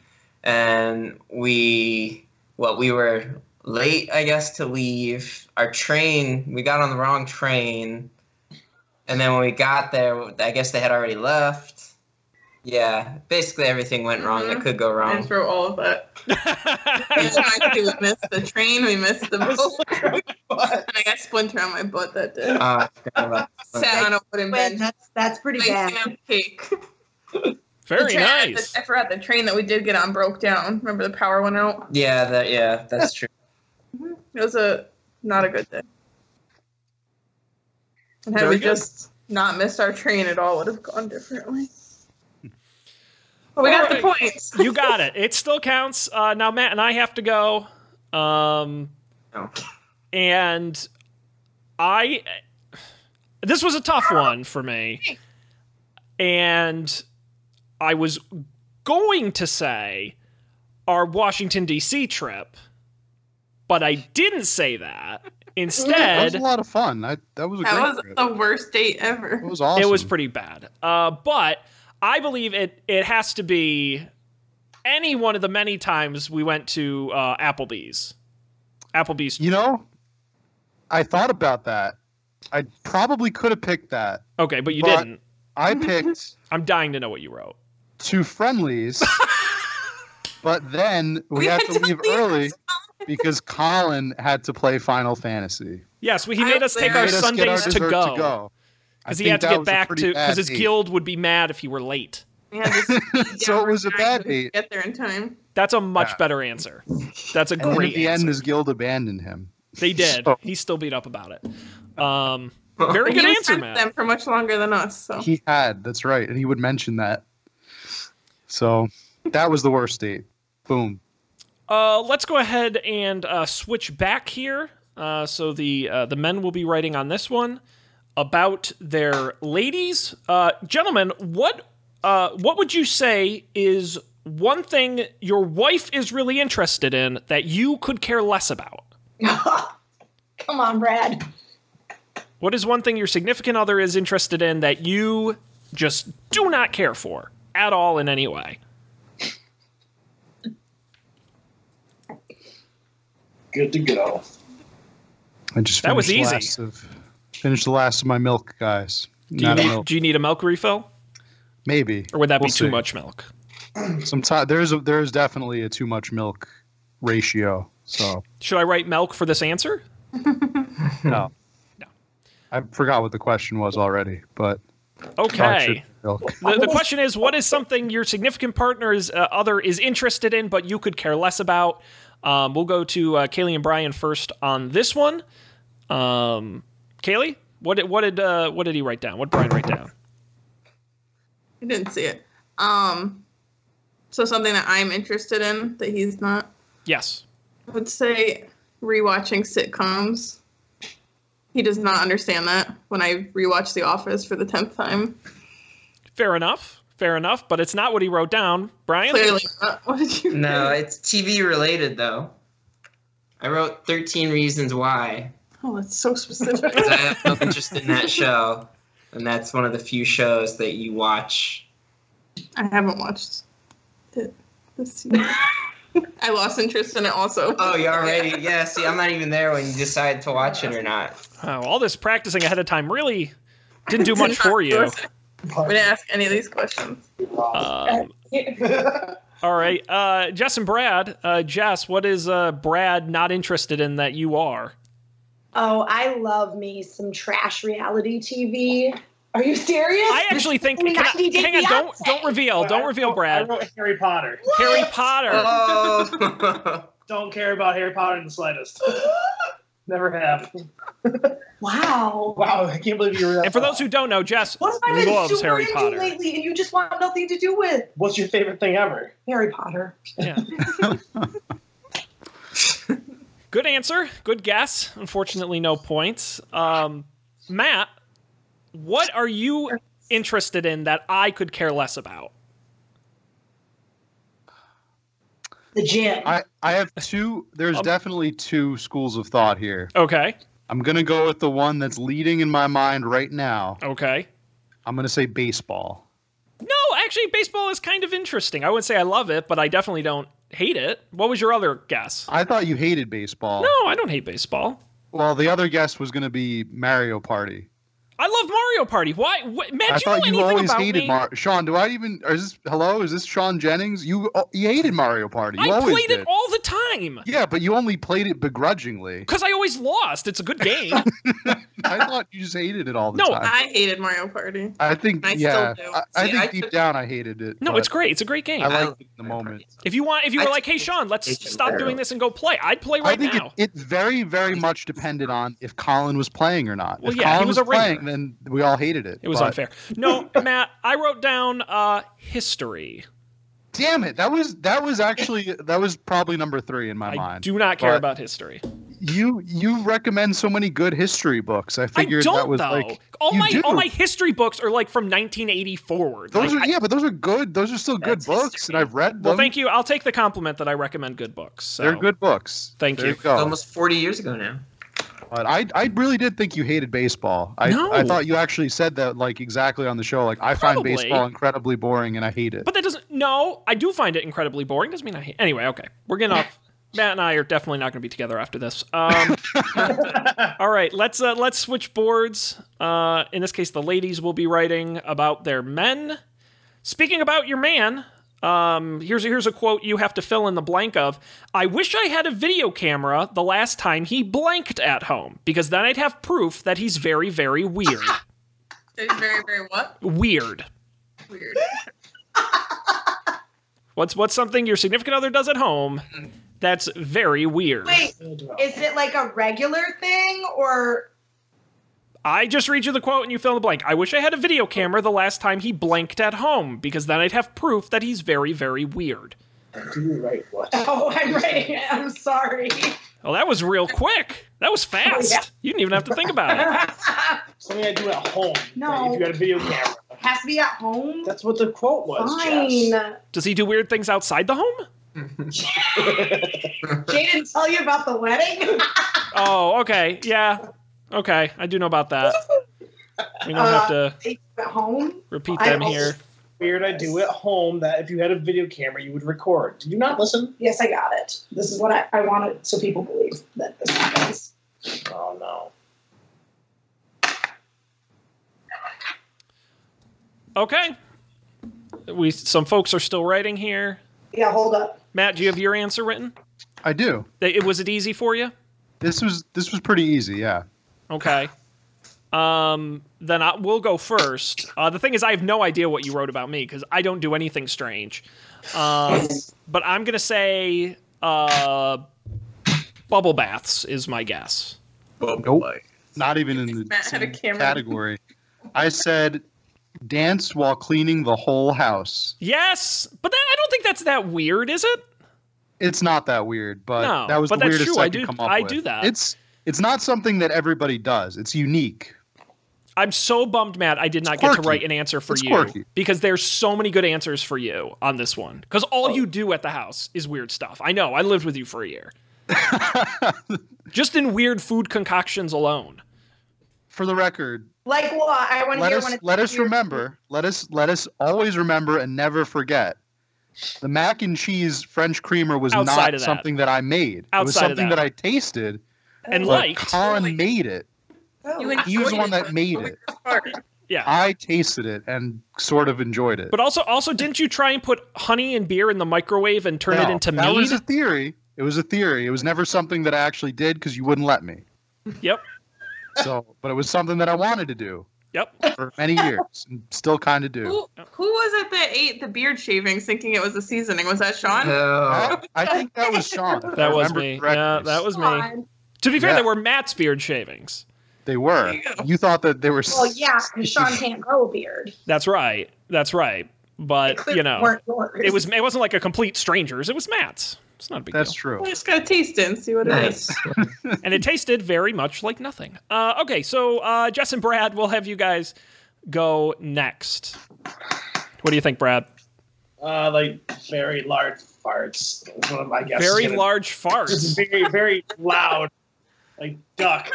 and we well we were late, I guess, to leave. Our train we got on the wrong train, and then when we got there, I guess they had already left. Yeah, basically everything went wrong that could go I wrong. just wrote all of that. we missed the train. We missed the boat. and I got a splinter on my butt that day. Uh, I forgot about this one. Sat on a wooden But bench. that's that's pretty bad. Icing up cake. Very The train- nice. I forgot the train that we did get on broke down. Remember the power went out? yeah, that yeah, that's true. Mm-hmm. It was a not a good day. And had Very we good. just not missed our train at all, would have gone differently. But we got the Alright. points. you got it. It still counts. Uh, now Matt and I have to go. Um, Oh. and I this was a tough one for me. And I was going to say our Washington D.C. trip, but I didn't say that. that was a Instead, lot of fun. I, that was a That great was trip. the worst date It ever. was awesome. it was pretty bad. Uh, but I believe it it has to be any one of the many times we went to uh, Applebee's. Applebee's. You know, I thought about that. I probably could have picked that. Okay, but you but- didn't. I picked I'm dying to know what you wrote. two friendlies, but then we, had, to leave early because Colin had to play Final Fantasy. Yes, we, he I made don't us take think- our Made us get Sundays to dessert go I because he think had to that get was a back pretty to bad because his date. guild would be mad if he were late. We had to speed So down it was a our bad time to beat. Get there in time. That's a much Yeah. better answer. That's a And then great at the answer. end, his guild abandoned him. they did. so- He's still beat up about it. Um, very good he was answer, friends with Matt. them for much longer than us. So He had. That's right. And he would mention that. So that was the worst date. Boom. Uh, let's go ahead and uh, switch back here. Uh, so the uh, the men will be writing on this one about their ladies. Uh, gentlemen, what uh, what would you say is one thing your wife is really interested in that you could care less about? Come on, Brad. What is one thing your significant other is interested in that you just do not care for at all in any way? Good to go. I just That was finished easy. the last of- finished the last of my milk, guys. Do you, Not need, milk. do you need a milk refill, Maybe. or would that We'll be too see. much milk? Sometimes there's a, there's definitely a too much milk ratio. So Should I write milk for this answer? no, No. I forgot what the question was already, but probably should Okay. be milk. The, the question is, what is something your significant partner is uh, other is interested in, but you could care less about? Um, we'll go to uh, Kaylee and Brian first on this one. Um, Kaylee, what did what did uh, what did he write down? What did Brian write down? I didn't see it. Um, so something that I'm interested in that he's not. Yes. I would say rewatching sitcoms. He does not understand that when I rewatch The Office for the tenth time. Fair enough. Fair enough. But it's not what he wrote down. Brian? Clearly, not. what did you? No, it's TV related though. I wrote 13 Reasons Why Oh, that's so specific. 'cause I have no interest in that show, and that's one of the few shows that you watch. I haven't watched it this season. I lost interest in it also. Oh, you already? Yeah. See, I'm not even there when you decide to watch it or not. Oh, all this practicing ahead of time really didn't do much for you. We didn't ask any of these questions. Um, all right. Uh, Jess and Brad. Uh, Jess, what is uh, Brad not interested in that you are? Oh, I love me some trash reality TV. Are you serious? I actually think. Oh my can gosh, I- we did hang on, don't Beyonce. don't reveal, Oh, don't reveal, I Brad. wrote Harry Potter. Harry Potter. Oh. Don't care about Harry Potter in the slightest. Never have. wow. Wow, I can't believe you were. that and for far. those who don't know, Jess What have I been loves super Harry into Potter. lately, and you just want nothing to do with what's your favorite thing ever? Harry Potter? Yeah. good answer. Good guess. Unfortunately, no points. Um, Matt, what are you interested in that I could care less about? The gym. I I have two. There's Um, definitely two schools of thought here. Okay. I'm gonna go with the one that's leading in my mind right now. Okay. I'm gonna say baseball. No, actually, baseball is kind of interesting. I wouldn't say I love it, but I definitely don't hate it. What was your other guess? I thought you hated baseball. No, I don't hate baseball. Well, the other guess was gonna be Mario Party. I love Mario Party. Why, what, Matt? I do you know thought you anything always about hated me? Mario. Sean, do I even? Or is this hello? Is this Sean Jennings? You oh, you hated Mario Party. You I always played did. it all the time yeah, but you only played it begrudgingly. because I always lost. It's a good game. I thought you just hated it all the No, time. I hated Mario Party. I, think I still yeah. do. I, I See, think I deep took- down I hated it. No, but it's great. It's a great game. I like it in the Mario moment. Party. if you want, if you I were took like, "Hey, Sean, let's PlayStation stop doing Barrel. this and go play," I'd play I right think it, now. it very, very much depended on if Colin was playing or not. Well, if yeah, he Colin was was, a ringer. playing, then we all hated it. It was but- unfair. No, Matt, I wrote down uh, history. Damn it! That was that was actually that was probably number three in my I mind. do not care but- about history. You you recommend so many good history books. I I figured don't that was though. like all you my do. all my history books are like from 1980 forward. those Like, are I- yeah, but those are good. Those are still good That's books, history. and I've read them. well, thank you. I'll take the compliment that I recommend good books. so- They're good books. Thank There you. go. Almost 40 years ago now. But I, I really did think you hated baseball. I, No. I thought you actually said that like exactly on the show. Like I find Probably. baseball incredibly boring and I hate it. But that doesn't. No, I do find it incredibly boring. Doesn't mean I. Hate, anyway, okay, we're getting off. Matt and I are definitely not going to be together after this. Um, all right, let's uh, let's switch boards. Uh, in this case, the ladies will be writing about their men. Speaking about your man, um, here's here's a quote you have to fill in the blank of. I wish I had a video camera the last time he blanked at home because then I'd have proof that he's very very weird. They're very, very what? weird. Weird. What's what's something your significant other does at home that's very weird? Wait, is it like a regular thing or I just read you the quote and you fill in the blank. I wish I had a video camera the last time he blanked at home because then I'd have proof that he's very very weird. Do you write what? Oh, I'm writing it. I'm sorry. Well, that was real quick. That was fast. Oh, yeah. You didn't even have to think about it. Has Something I do at home. No. right, If you got a video camera. to be at home. That's what the quote was. Fine. Jess. Does he do weird things outside the home? Jay didn't tell you about the wedding. Oh, okay. Yeah. Okay. I do know about that. We don't have to at home. repeat Uh, I them also- here. Weird I do at home that if you had a video camera you would record. Did you not listen? Yes, I got it. This is what I, I wanted, so people believe that this happens. Oh no. Okay. We some folks are still writing here. Yeah, hold up. Matt, do you have your answer written? I do. They- It was it easy for you? This was this was pretty easy. Yeah. Okay. Um, then I, we'll go first. Uh, the thing is, I have no idea what you wrote about me because I don't do anything strange. Um, but I'm gonna say uh, bubble baths is my guess. Nope. Not even in the Matt had same a camera. category. I said danced while cleaning the whole house. Yes, but that, I don't think that's that weird, is it? It's not that weird, but No, that was but the that's weirdest true. I, I could do- come up I with. do that. It's it's not something that everybody does. It's unique. I'm so bummed, Matt. I did not get to quirky. write an answer for It's you quirky. because there's so many good answers for you on this one. Because all you do at the house is weird stuff. I know. I lived with you for a year, just in weird food concoctions alone. For the record, Like what? I want to let hear us one of let us your- remember let us let us always remember and never forget the mac and cheese french creamer was Outside not of that. something that i made it was Outside of something that. that. i tasted and but liked. colin made it Oh, You and- he was the one Enjoyed it. that made Oh my it Hard. Yeah. i tasted it and sort of enjoyed it But also, also, didn't you try and put honey and beer in the microwave and turn it Now, into that was mead? a theory it was a theory it was never something that i actually did because you wouldn't let me Yep. so but it was something that i wanted to do Yep. for many years and still kind of do Who, who was it that ate the beard shavings thinking it was a seasoning? Was that Sean? Uh, No. I, I think that was sean if I That was remember me. correctly. Yeah, that was me. Fine. To be fair, Yeah. they were Matt's beard shavings. They were. There you go. You thought that they were. Well, yeah, because Sean can't grow a beard. That's right. That's right. But Clearly you know, weren't yours. it was it wasn't like a complete stranger's. It was Matt's. It's not a big deal. That's true. I just gotta taste it and see what it is. Nice. and it tasted very much like nothing. Uh, okay, so uh, Jess and Brad, we'll have you guys go next. What do you think, Brad? Uh, like very large farts. is One of my guesses. very Gonna- large Just farts. very, very loud. Like duck.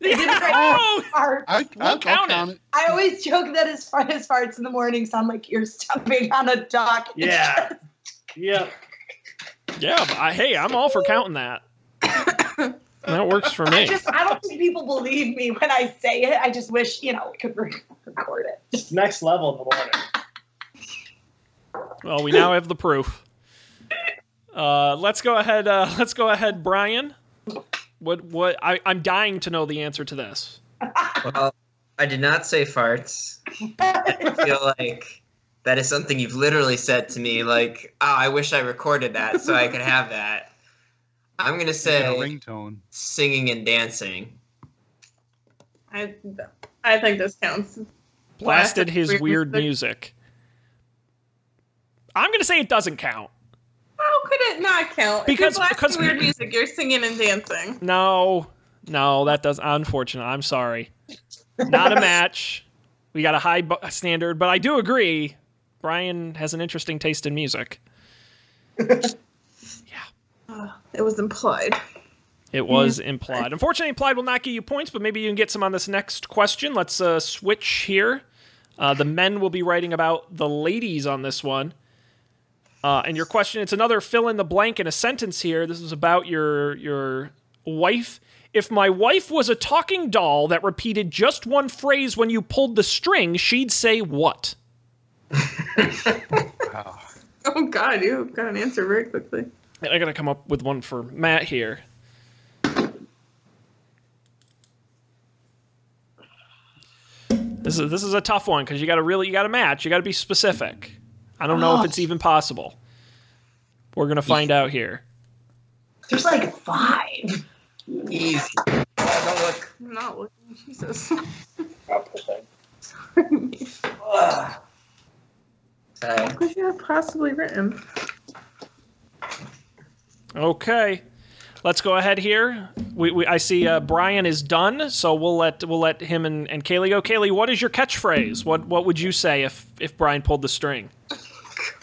oh, Fart. I, We'll count it. I always joke that his, fart- his farts in the morning sound like you're stepping on a duck. Yeah. Yep. yeah. but I, hey, I'm all for counting that. That works for me. I just I don't think people believe me when I say it. I just wish you know we could re- record it. It's next level in the morning. Well, we now have the proof. Uh, let's go ahead. Uh, let's go ahead, Brian. What? What? I, I'm dying to know the answer to this. Well, I did not say farts. I feel like that is something you've literally said to me. Like, oh, I wish I recorded that so I could have that. I'm gonna Get a say ringtone. singing and dancing. I, I think this counts. blasted his weird music. I'm gonna say it doesn't count. How could it not count? Because- if you're blasting because- weird music, you're singing and dancing. No, no, that does. Unfortunate. I'm sorry. Not a match. We got a high bu- standard, but I do agree. Brian has an interesting taste in music. It was implied. It was implied. Unfortunately, implied will not give you points, but maybe you can get some on this next question. Let's uh, switch here. Uh, the men will be writing about the ladies on this one. Uh, and your question, it's another fill in the blank in a sentence here. This is about your your wife. If my wife was a talking doll that repeated just one phrase when you pulled the string, she'd say what? Wow. Oh God, you got an answer very quickly. I gotta come up with one for Matt here. This is this is a tough one because you gotta really you gotta match. You gotta be specific. I don't know if it's even possible. We're gonna find out here. There's like five. Easy. Don't look. I'm not looking, Jesus. Ugh. Sorry. Could you have possibly written? Okay, let's go ahead here. We, we I see uh, Brian is done, so we'll let we'll let him and, and Kaylee go. Kaylee, what is your catchphrase? What what would you say if if Brian pulled the string?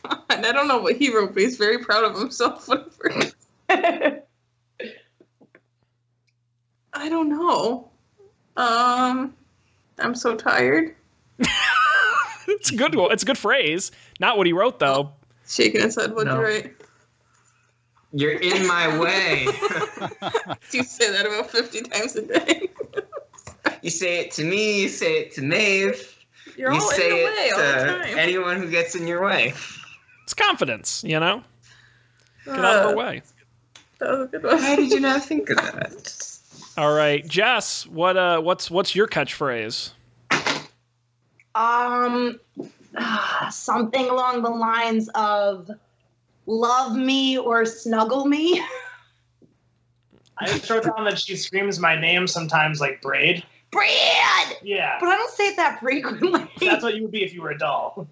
God, I don't know what he wrote, but he's very proud of himself. Whatever. I don't know. Um, I'm so tired. It's a good one. It's a good phrase. Not what he wrote though. Shaking his head. What'd No. you write? You're in my way. You say that about 50 times a day. you say it to me. You say it to Maeve. You're you all in the say way it all the to time. anyone who gets in your way. It's confidence, you know. Get out of her Uh, way. That was a good one. Why did you not think of that? All right, Jess, what uh, what's what's your catchphrase? Um, something along the lines of "love me" or "snuggle me." I just wrote down that she screams my name sometimes like Braid. Brad, Yeah. but I don't say it that frequently. That's what you would be if you were a doll.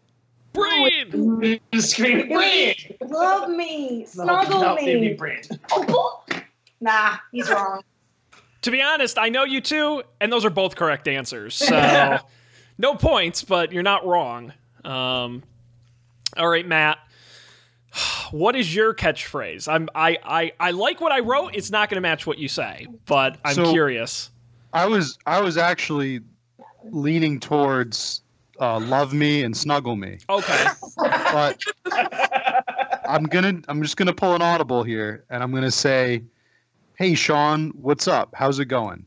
Brain. You scream Braid! Love me, No, snuggle no, it'd be me. Braid. Oh, bull- nah, he's wrong. To be honest, I know you two, and those are both correct answers. So no points, but you're not wrong. Um, all right, Matt. What is your catchphrase? I'm I I, I like what I wrote. It's not going to match what you say, but I'm So- curious. I was I was actually leaning towards uh, love me and snuggle me, Okay. but I'm gonna I'm just gonna pull an audible here, and I'm gonna say, "Hey Sean, what's up? How's it going?"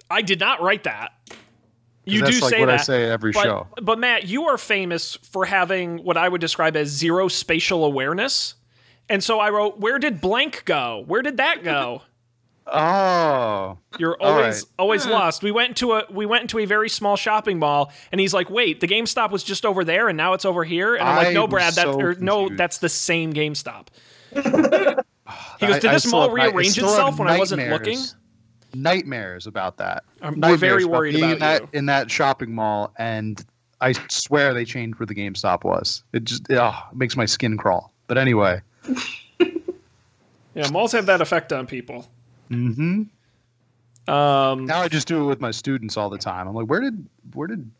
'Cause I did not write that. You that's do like say what that. I say every but, show. But Matt, you are famous for having what I would describe as zero spatial awareness. And so I wrote, "Where did blank go? Where did that go?" Oh, You're All always right. always Hmm. lost. We went into a we went into a very small shopping mall, and he's like, "Wait, the GameStop was just over there, and now it's over here." And I'm like, I "No, was Brad, that's so or, no, confused. that's the same GameStop." He goes, I- "Did I this still mall have- I rearrange still have itself when I wasn't nightmares- looking?" Nightmares about that. I'm, we're Nightmares very worried about being in that, you. in that shopping mall, and I swear they changed where the GameStop was. It just ugh, it makes my skin crawl. But anyway, Yeah, malls have that effect on people. hmm Um, now I just do it with my students all the time. I'm like, where did where did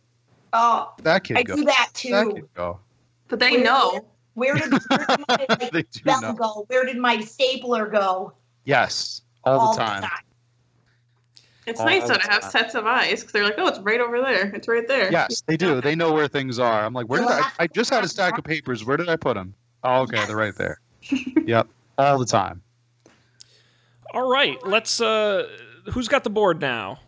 Oh, that kid I go? do that That too. kid go. But they know. Where did, where did my like, They do bell know. go? Where did my stapler go? Yes, all, the time. It's All nice Oh, the though to have time. sets of eyes because they're like, oh, it's right over there. It's right there. Yes, they do. They know where things are. I'm like, where did I? I just had a stack of papers. Where did I put them? Oh, okay, they're right there. Yep, all the time. all right, let's. Uh, who's got the board now?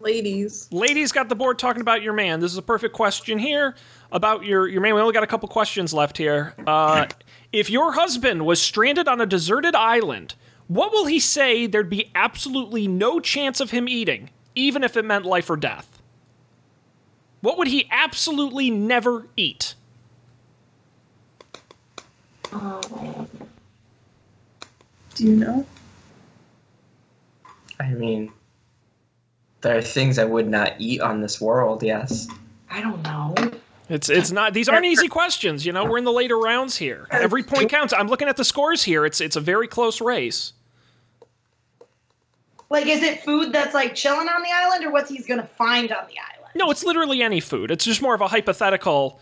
Ladies. ladies got the board talking about your man. This is a perfect question here about your your man. We only got a couple questions left here. Uh, if your husband was stranded on a deserted island, what will he say? There'd be absolutely no chance of him eating, even if it meant life or death. What would he absolutely never eat? Oh, Do you know? I mean, there are things I would not eat on this world. Yes. I don't know. It's it's not these aren't easy questions, you know. We're in the later rounds here. Every point counts. I'm looking at the scores here. It's it's a very close race. Like, is it food that's like chilling on the island, or what's he's gonna find on the island? No, it's literally any food. It's just more of a hypothetical.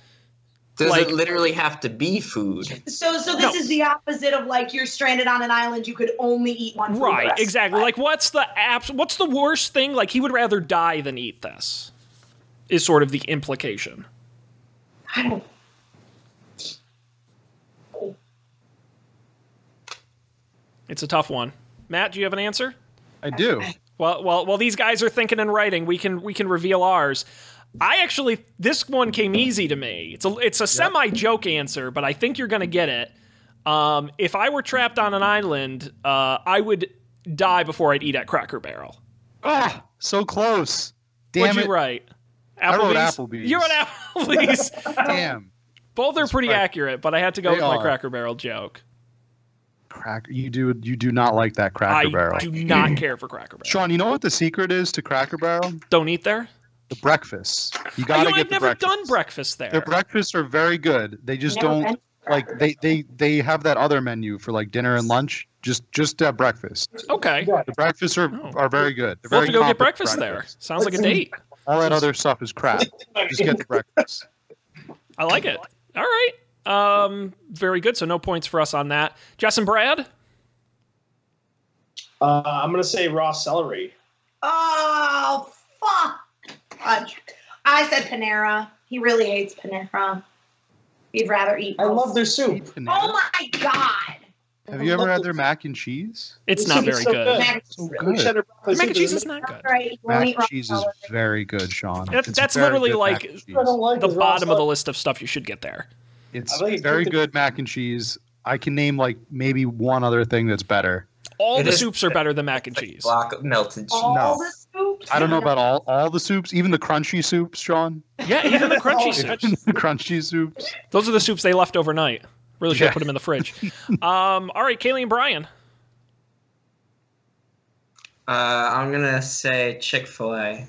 Does Like- it literally have to be food? So, so No. this is the opposite of like you're stranded on an island. You could only eat one. food the Right, rest of exactly. your Like, what's the abs- What's the worst thing? Like, he would rather die than eat this. Is sort of the implication. life. I don't. It's a tough one. Matt, do you have an answer? I do. Well, while while these guys are thinking and writing, we can we can reveal ours. I actually this one came easy to me. It's a it's a semi joke answer, but I think you're gonna get it. Um, if I were trapped on an island, uh, I would die before I'd eat at Cracker Barrel. Ah, so close. Damn What'd it. you write? I wrote Applebee's. You wrote Applebee's. Damn. Both are pretty right. accurate, but I had to go They with my are. Cracker Barrel joke. Cracker. You do. You do not like that Cracker I Barrel. do not care for Cracker Barrel. Sean, you know what the secret is to Cracker Barrel? Don't eat there. The breakfast. You I gotta know get I've the never breakfast. done breakfast there. Their breakfasts are very good. They just Never don't been to like they they they have that other menu for like dinner and lunch. Just just uh, breakfast. okay. The breakfasts are, Oh. are very good. They're We'll have very to go get competent breakfast there. Sounds like a date. All that other stuff is crap. Just get the breakfast. I like it. All right. Um, very good. So no points for us on that. Jess and Brad. Uh, I'm gonna say raw celery. Oh fuck! I said Panera. He really hates Panera. He'd rather eat. I love their soup. Oh my god! Have you ever had their mac and cheese? It's This not soup is very so good. Mac So Blue good. cheddar broccoli Mac soup and is cheese is not That's good. right. You Mac won't eat and raw cheese is celery. very good, Sean. That- It's that's very literally good like mac and amazing. I don't cheese. like The raw bottom of the celery. list of stuff you should get there. I like it's it. very good mac and cheese. I can name like maybe one other thing that's better. All It the is- soups are better than mac and Like cheese. block of melted cheese. All No. the soups. I don't know about all all the soups, even the crunchy soups, Sean. Yeah, even the crunchy soups. the crunchy soups. Those are the soups they left overnight. Really should Yeah. have put them in the fridge. Um, all right, Kaylee and Brian. Uh, I'm gonna say Chick Fil A.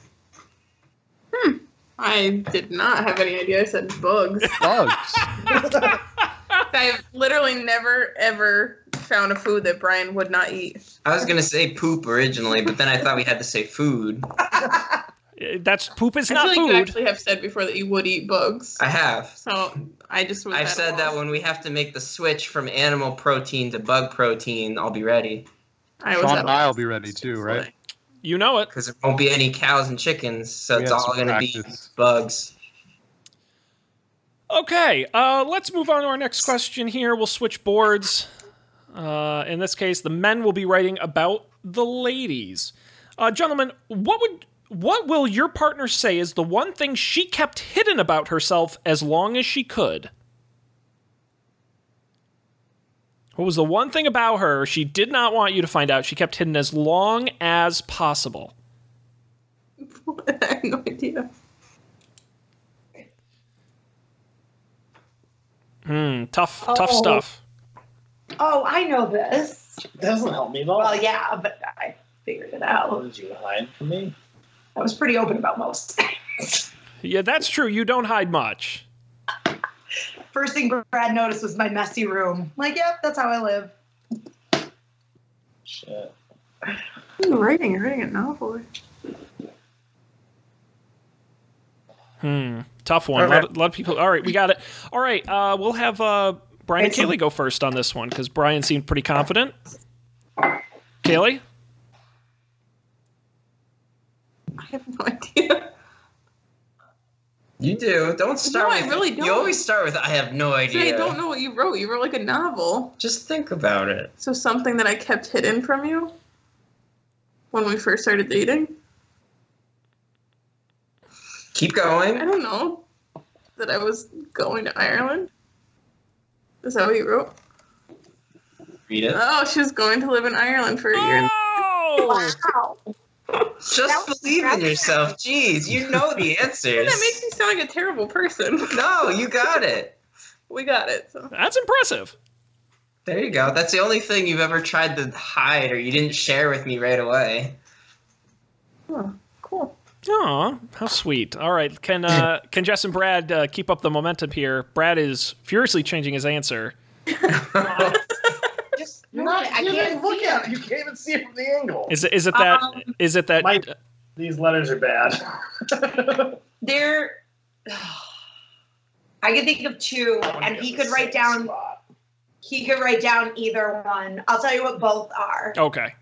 I did not have any idea. I said bugs. Bugs. I've literally never ever found a food that Brian would not eat. I was gonna say poop originally, but then I thought we had to say food. Uh, That's poop is I not feel like you food. actually have said before that you would eat bugs. I have. so I just was. I've at a said loss. that when we have to make the switch from animal protein to bug protein, I'll be ready. I was Sean at and a loss. I will be ready too, right? You know it. Because there won't be any cows and chickens, so We it's had all some gonna practice. be bugs. Okay, uh, let's move on to our next question here. We'll switch boards. Uh, in this case, the men will be writing about the ladies. Uh, gentlemen, what would what will your partner say is the one thing she kept hidden about herself as long as she could? What was the one thing about her she did not want you to find out? She kept hidden as long as possible. I have no idea. Hmm, tough, tough Oh. stuff. Oh, I know this. doesn't help me at all. Well, yeah, but I figured it What out. did you hide from me? I was pretty open about most. Yeah, that's true. You don't hide much. First thing Brad noticed was my messy room. Like, yep, that's how I live. Shit. What are you writing? You're writing a novel. Hmm. Tough one. A, lot, a lot of people. All right, we got it. All right, uh, we'll have uh, Brian and Kaylee go first on this one because Brian seemed pretty confident. Kaylee, I have no idea. You do. Don't start. No, I with, really You don't. always start with I have no idea. I don't know what you wrote. You wrote like a novel. Just think about it. So something that I kept hidden from you when we first started dating. Keep I going. don't know that I was going to Ireland. Is that what you wrote? Read it. Oh, she was going to live in Ireland for a year. oh, Wow. Just believe in yourself. Jeez, you know the That answers. makes me sound like a terrible person. no, you got it. we got it. So. that's impressive. There you go. That's the only thing you've ever tried to hide or you didn't share with me right away. Huh, cool. Aw, how sweet. All right, can uh, can Jess and Brad uh, keep up the momentum here? Brad is furiously changing his answer. Just Not- I you can't even look see at it. You can't even see it from the angle. Is it is it that Um, is it that uh, Mike. These letters are bad. There. I could think of two, I wanna and get he the could write same down. spot. He could write down either one. I'll tell you what both are. Okay.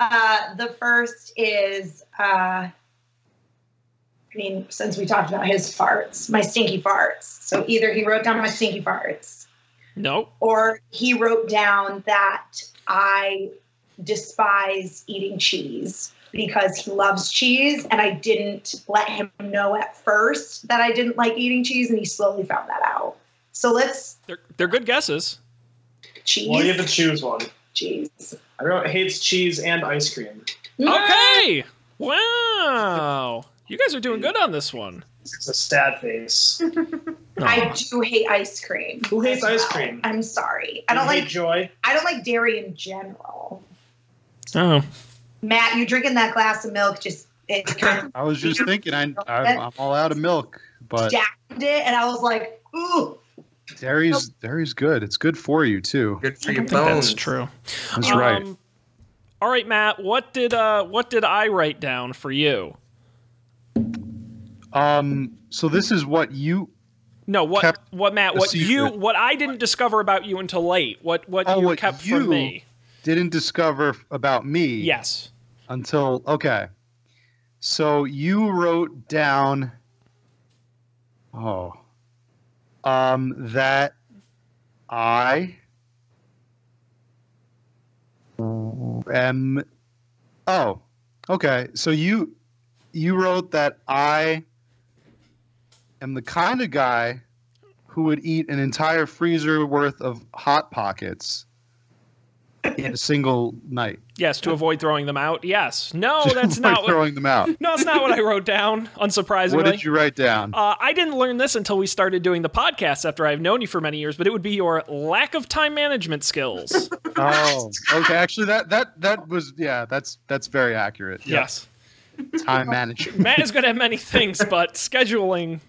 Uh, the first is, uh, I mean, since we talked about his farts, my stinky farts. So either he wrote down my stinky farts, Nope. or he wrote down that I despise eating cheese because he loves cheese, and I didn't let him know at first that I didn't like eating cheese, and he slowly found that out. So let's They're, they're good guesses. cheese. Well, you have to choose one. cheese. I wrote hates cheese and ice cream. Okay. Wow. You guys are doing good on this one. It's a sad face. I do hate ice cream. Who hates as ice well. cream? I'm sorry. I don't You hate like joy. I don't like dairy in general. Oh. Matt, you drinking that glass of milk just it kind of I was just thinking, I, I'm, I'm all out of milk, but jacked it, and I was like, ooh. dairy's dairy's good. It's good for you too. Good for I your think bones. That's right. Um, all right, Matt. What did uh what did I write down for you? Um, so this is what you. No, what Kept what Matt, a what you secret. what I didn't discover about you until late. What what Oh, you what kept you- from me. didn't discover about me Yes. until okay. So you wrote down oh um that I am oh okay so you you wrote that I am the kind of guy who would eat an entire freezer worth of hot pockets in a single night. Yes, to avoid throwing them out. Yes. No, Oh, that's Like not what throwing them out. No, it's not what I wrote down, unsurprisingly. What did you write down? Uh, I didn't learn this until we started doing the podcast after I've known you for many years, but it would be your lack of time management skills. oh, okay. Actually, that that that was yeah. That's that's very accurate. Yeah. yes. Time management. Matt is good at many things, but scheduling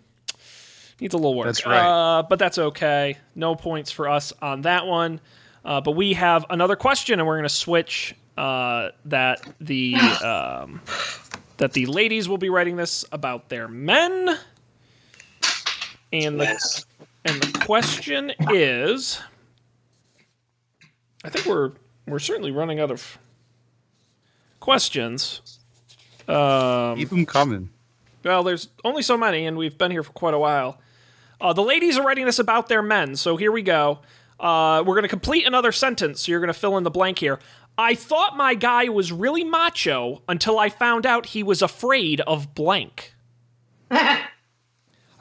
needs a little work. That's right. Uh, but that's okay. No points for us on that one. Uh, but we have another question, and we're going to switch uh, that the um, that the ladies will be writing this about their men. And the Yes. and the question is, I think we're we're certainly running out of questions. Um, Keep them coming. well, there's only so many, and we've been here for quite a while. Uh, the ladies are writing this about their men, so here we go. Uh, we're going to complete another sentence, so you're going to fill in the blank here. I thought my guy was really macho until I found out he was afraid of blank. I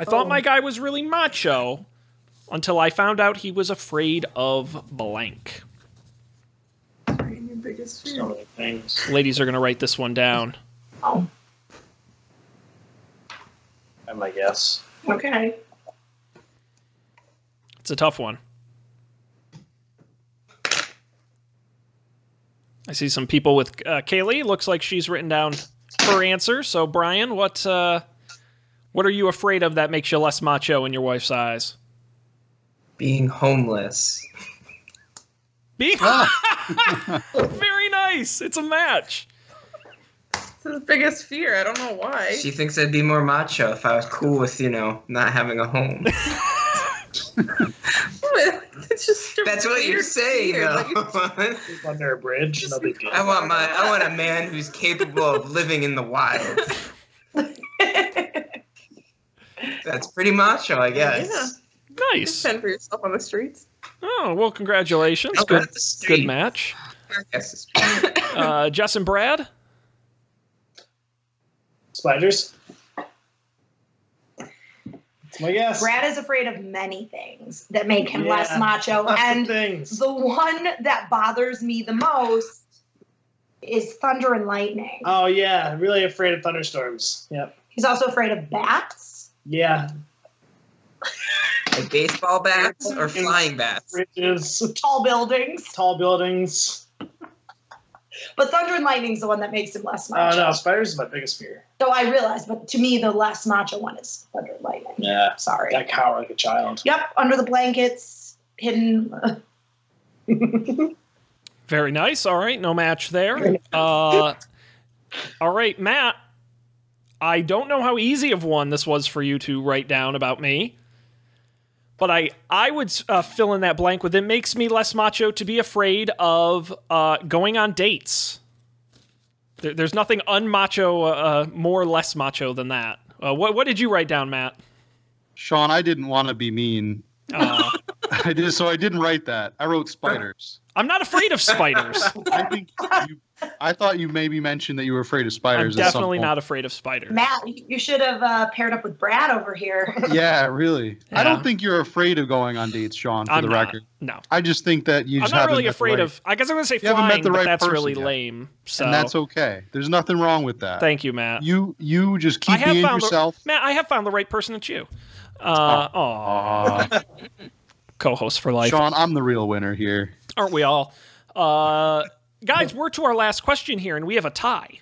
thought my guy was really macho until I found out he was afraid of blank. Your biggest So many things. Ladies are going to write this one down. Oh, I might guess. okay. It's a tough one. I see some people with uh, Kaylee. Looks like she's written down her answer. So Brian, what uh, what are you afraid of that makes you less macho in your wife's eyes? Being homeless. Being very nice. It's a match. It's his biggest fear. I don't know why. She thinks I'd be more macho if I was cool with, you know, not having a home. it's just a That's what you're weird saying, fear. though. Like, it's- Sleep under a bridge, no big deal. I want my I want a man who's capable of living in the wild. That's pretty macho, I guess. Yeah. you Nice. fend for yourself on the streets. Oh well, congratulations. Out Good, at the street. good match. Yes, the street. Uh, Jess and Brad. Spiders. That's my guess. Brad is afraid of many things that make him Yeah. less macho. Lots of and things. the one that bothers me the most is thunder and lightning. Oh yeah, really afraid of thunderstorms. Yep. He's also afraid of bats. Yeah. Like baseball bats or flying bats. Bridges, Tall buildings, tall buildings. but thunder and lightning's the one that makes him less Oh macho. no, spiders is my biggest fear. So I realize, but to me, the less macho one is thunder and lightning. Yeah. Sorry. I cower like a child. Yep, under the blankets, hidden. Very nice. All right, no match there. Uh, all right, Matt. I don't know how easy of one this was for you to write down about me, but I I would uh, fill in that blank with it makes me less macho to be afraid of uh, going on dates. There, there's nothing unmacho, uh, more less macho than that. Uh, what what did you write down, Matt? Sean, I didn't want to be mean. Uh, I did, so I didn't write that. I wrote spiders. I'm not afraid of spiders. I think you, I thought you maybe mentioned that you were afraid of I'm spiders. at some definitely point. not afraid of spiders. Matt, you should have uh, paired up with Brad over here. Yeah, really. I Yeah. don't think you're afraid of going on dates, Sean. For I'm the not. record, No, I just think that you. I'm Just not haven't really met the afraid right- of. I guess I'm gonna say You haven't met flying, the but right that's person really yet. lame. So and that's okay. There's nothing wrong with that. thank you, Matt. you. You just I keep have being found the- yourself. Matt, I have found the right person. It's you. Uh, aw, Aw, co-host for life. Oh. Sean, I'm the real winner here. aren't we all? Uh, guys, we're to our last question here, and we have a tie.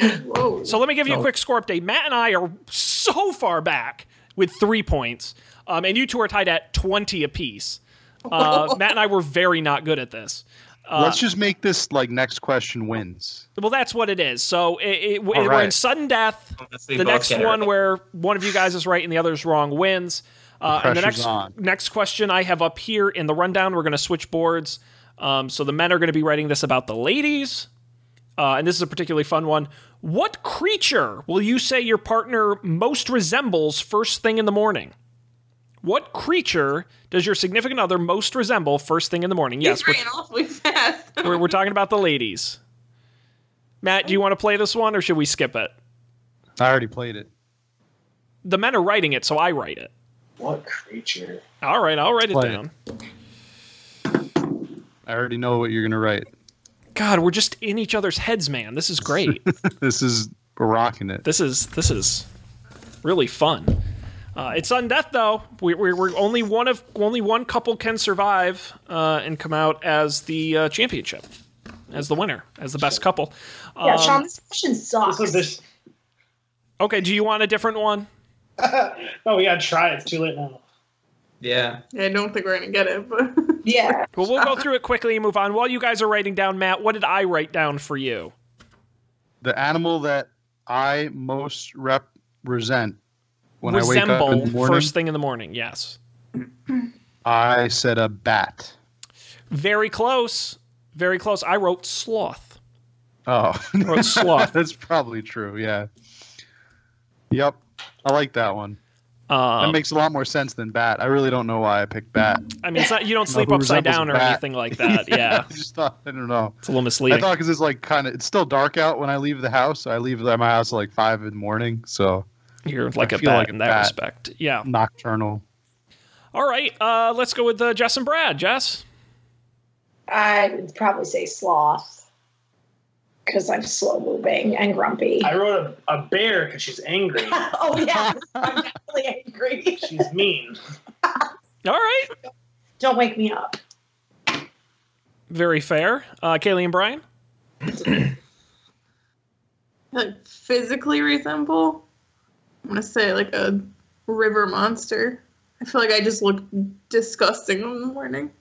Whoa. So let me give you a Oh. quick score update. Matt and I are so far back with three points, um, and you two are tied at 20 apiece. Uh, Matt and I were very not good at this. Uh, Let's just make this like next question wins. well, that's what it is. So it, it, we're in right. sudden death. Unless we the both next get it one right. where one of you guys is right and the other is wrong wins. Uh, The and the pressure's next on. next question I have up here in the rundown, we're going to switch boards. Um, so the men are going to be writing this about the ladies, uh, and this is a particularly fun one. What creature will you say your partner most resembles first thing in the morning? What creature does your significant other most resemble first thing in the morning? Yes, we're, you ran awfully fast. we're, we're talking about the ladies. Matt, do you want to play this one or should we skip it? I already played it. The men are writing it, so I write it. What creature? All right, I'll write it Play it. down. I already know what you're gonna write. God, we're just in each other's heads, man. This is great. This is we're rocking it. this is this is really fun. Uh, it's on death though. We, we, we're only one of only one couple can survive uh, and come out as the uh, championship, as the winner, as the best couple. Um, yeah, Sean, this question sucks. This is this. Okay, do you want a different one? no, we gotta try it. It's too late now. Yeah. I don't think we're gonna get it, but yeah. Well, we'll go through it quickly and move on. While you guys are writing down, Matt, what did I write down for you? The animal that I most represent when Resemble I wake up in the morning, first thing in the morning. Yes, I said a bat. very close, very close. I wrote sloth. Oh, I wrote sloth. that's probably true. Yeah. Yep, I like that one. Um, that makes a lot more sense than bat. I really don't know why I picked bat. I mean, it's not, you don't No, sleep who upside resembles a down or bat? anything like that. Yeah, I just thought I don't know. it's a little I misleading. thought because it's like kind of it's still dark out when I leave the house. I leave my house at like five in the morning, so You're like I a feel bat like in a that bat. respect. Yeah. nocturnal. All right. Uh, let's go with uh, Jess and Brad. Jess, I would probably say sloth because I'm slow moving and grumpy. I wrote a, a bear because she's angry. oh, yeah. I'm definitely angry. she's mean. all right. Don't wake me up. Very fair. Uh, Kaylee and Brian. like physically resemble. I'm gonna say like a river monster. I feel like I just look disgusting in the morning.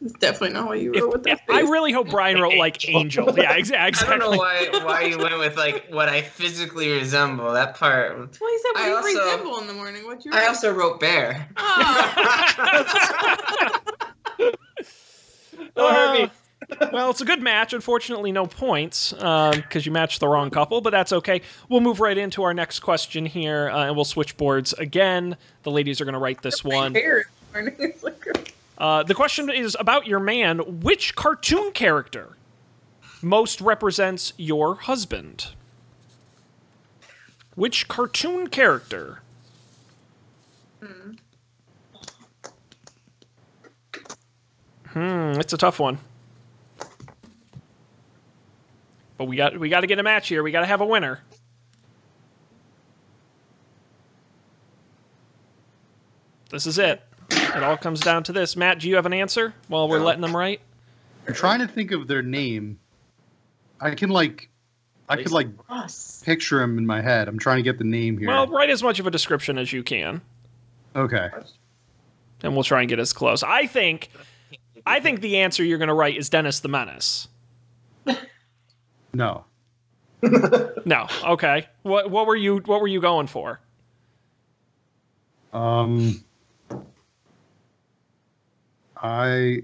It's definitely not what you If, wrote with if- that I face. really hope Brian wrote like angel. Yeah, exa- I exactly. don't know why why you went with like what I physically resemble. That part. Well, you said what I do you also- resemble in the morning. What you? I also wrote bear. Oh, Don't hurt me. Uh, Oh, well, it's a good match. Unfortunately, no points because you matched the wrong couple, but that's okay. We'll move right into our next question here, uh, and we'll switch boards again. The ladies are going to write this one. hair in the morning. It's like Uh, the question is about your man. Which cartoon character most represents your husband? Which cartoon character? hmm. Hmm, it's a tough one. But we got we got to get a match here. We got to have a winner. This is it. It all comes down to this. Matt, do you have an answer while we're letting them write? I'm trying to think of their name. I can like, I could like Us. picture him in my head. I'm trying to get the name here. Well, write as much of a description as you can. okay. and we'll try and get as close. I think, I think the answer you're going to write is Dennis the Menace. No. No, okay. What what were you what were you going for? Um. I.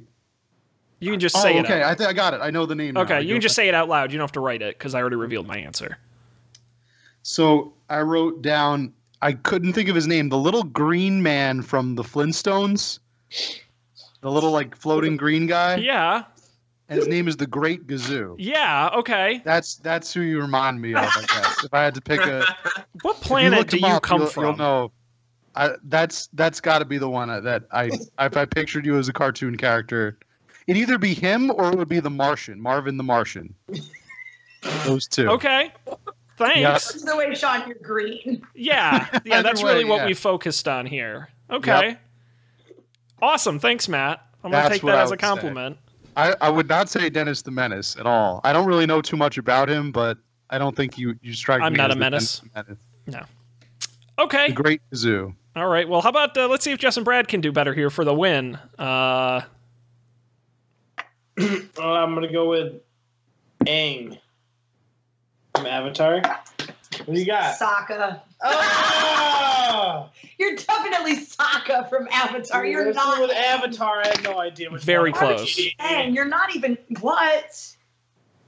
You can just Oh, say okay. it. out- I, th- I got it. I know the name. now. I okay, do- you can just say it out loud. You don't have to write it because I already revealed my answer. So I wrote down. I couldn't think of his name. The little green man from the Flintstones. The little like floating green guy. Yeah, And his name is the Great Gazoo. yeah, okay. That's that's who you remind me of. I guess if I had to pick a if What you planet look do him you up, come you'll, from? You'll know. I, that's that's got to be the one that I if I pictured you as a cartoon character, it'd either be him or it would be the Martian, Marvin the Martian. Those two. Okay, thanks. That's the way, Sean, you're green. Yeah, yeah, Either that's really way, what yeah. we focused on here. Okay, awesome. Thanks, Matt. I'm gonna That's take what that I as a would say. compliment. I, I would not say Dennis the Menace at all. I don't really know too much about him, but I don't think you you strike. I'm me not a as the menace. Dennis the Menace. Okay, The Great Zoo. All right. Well, how about uh, let's see if Jess and Brad can do better here for the win. Uh, Uh, I'm gonna go with Aang from Avatar. What do you got? Sokka. Oh! You're definitely Sokka from Avatar. You're Let's go not. with Avatar. I have no idea. Which Very one. close. Aang. You're not even. What?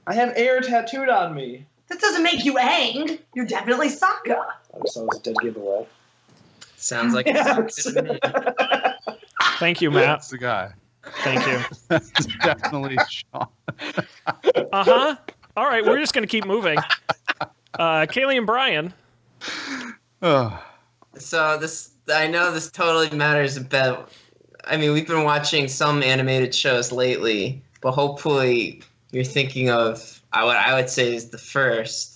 I have air tattooed on me. That doesn't make you Aang. You're definitely Sokka. Oh, so it's a dead giveaway. Sounds like Yes. thank you, Matt. That's the guy. Thank you. That's definitely Sean. Uh huh. All right. We're just gonna keep moving. Uh, Kaylee and Brian. Ugh. So this, I know this totally matters about. I mean, we've been watching some animated shows lately, but hopefully you're thinking of I what I would say is the first.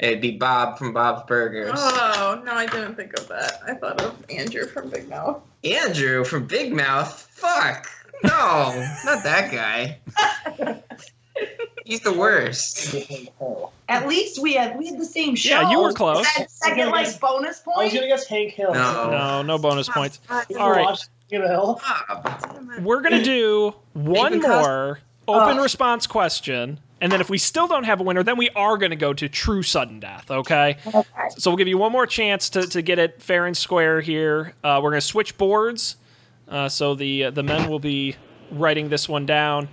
It'd be Bob from Bob's Burgers, Oh no, I didn't think of that. I thought of Andrew from Big Mouth. Andrew from Big Mouth. Fuck, no, not that guy. He's the worst. I At least we had we had the same show. Yeah, you were close. That second like bonus was point. gonna guess Hank Hill. No. No, no bonus points. All Watch right. Hank Hill. Bob. We're gonna do one Even Cos- more open Oh. response question, and then if we still don't have a winner, then we are gonna go to true sudden death. Okay. So we'll give you one more chance to, to get it fair and square here. Uh, we're gonna switch boards, uh, so the the men will be writing this one down,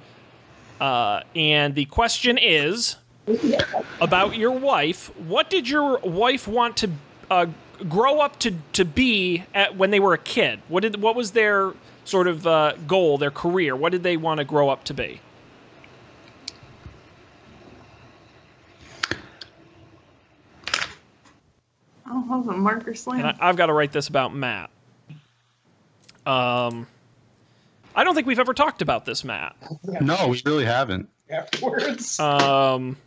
uh, and the question is about your wife. What did your wife want to uh, grow up to to be at when they were a kid? What did what was their sort of uh, goal, their career? What did they want to grow up to be? Oh, that was a marker And I, slam. I've got to write this about Matt. Um, I don't think we've ever talked about this, Matt. No, we really haven't. Afterwards. Um,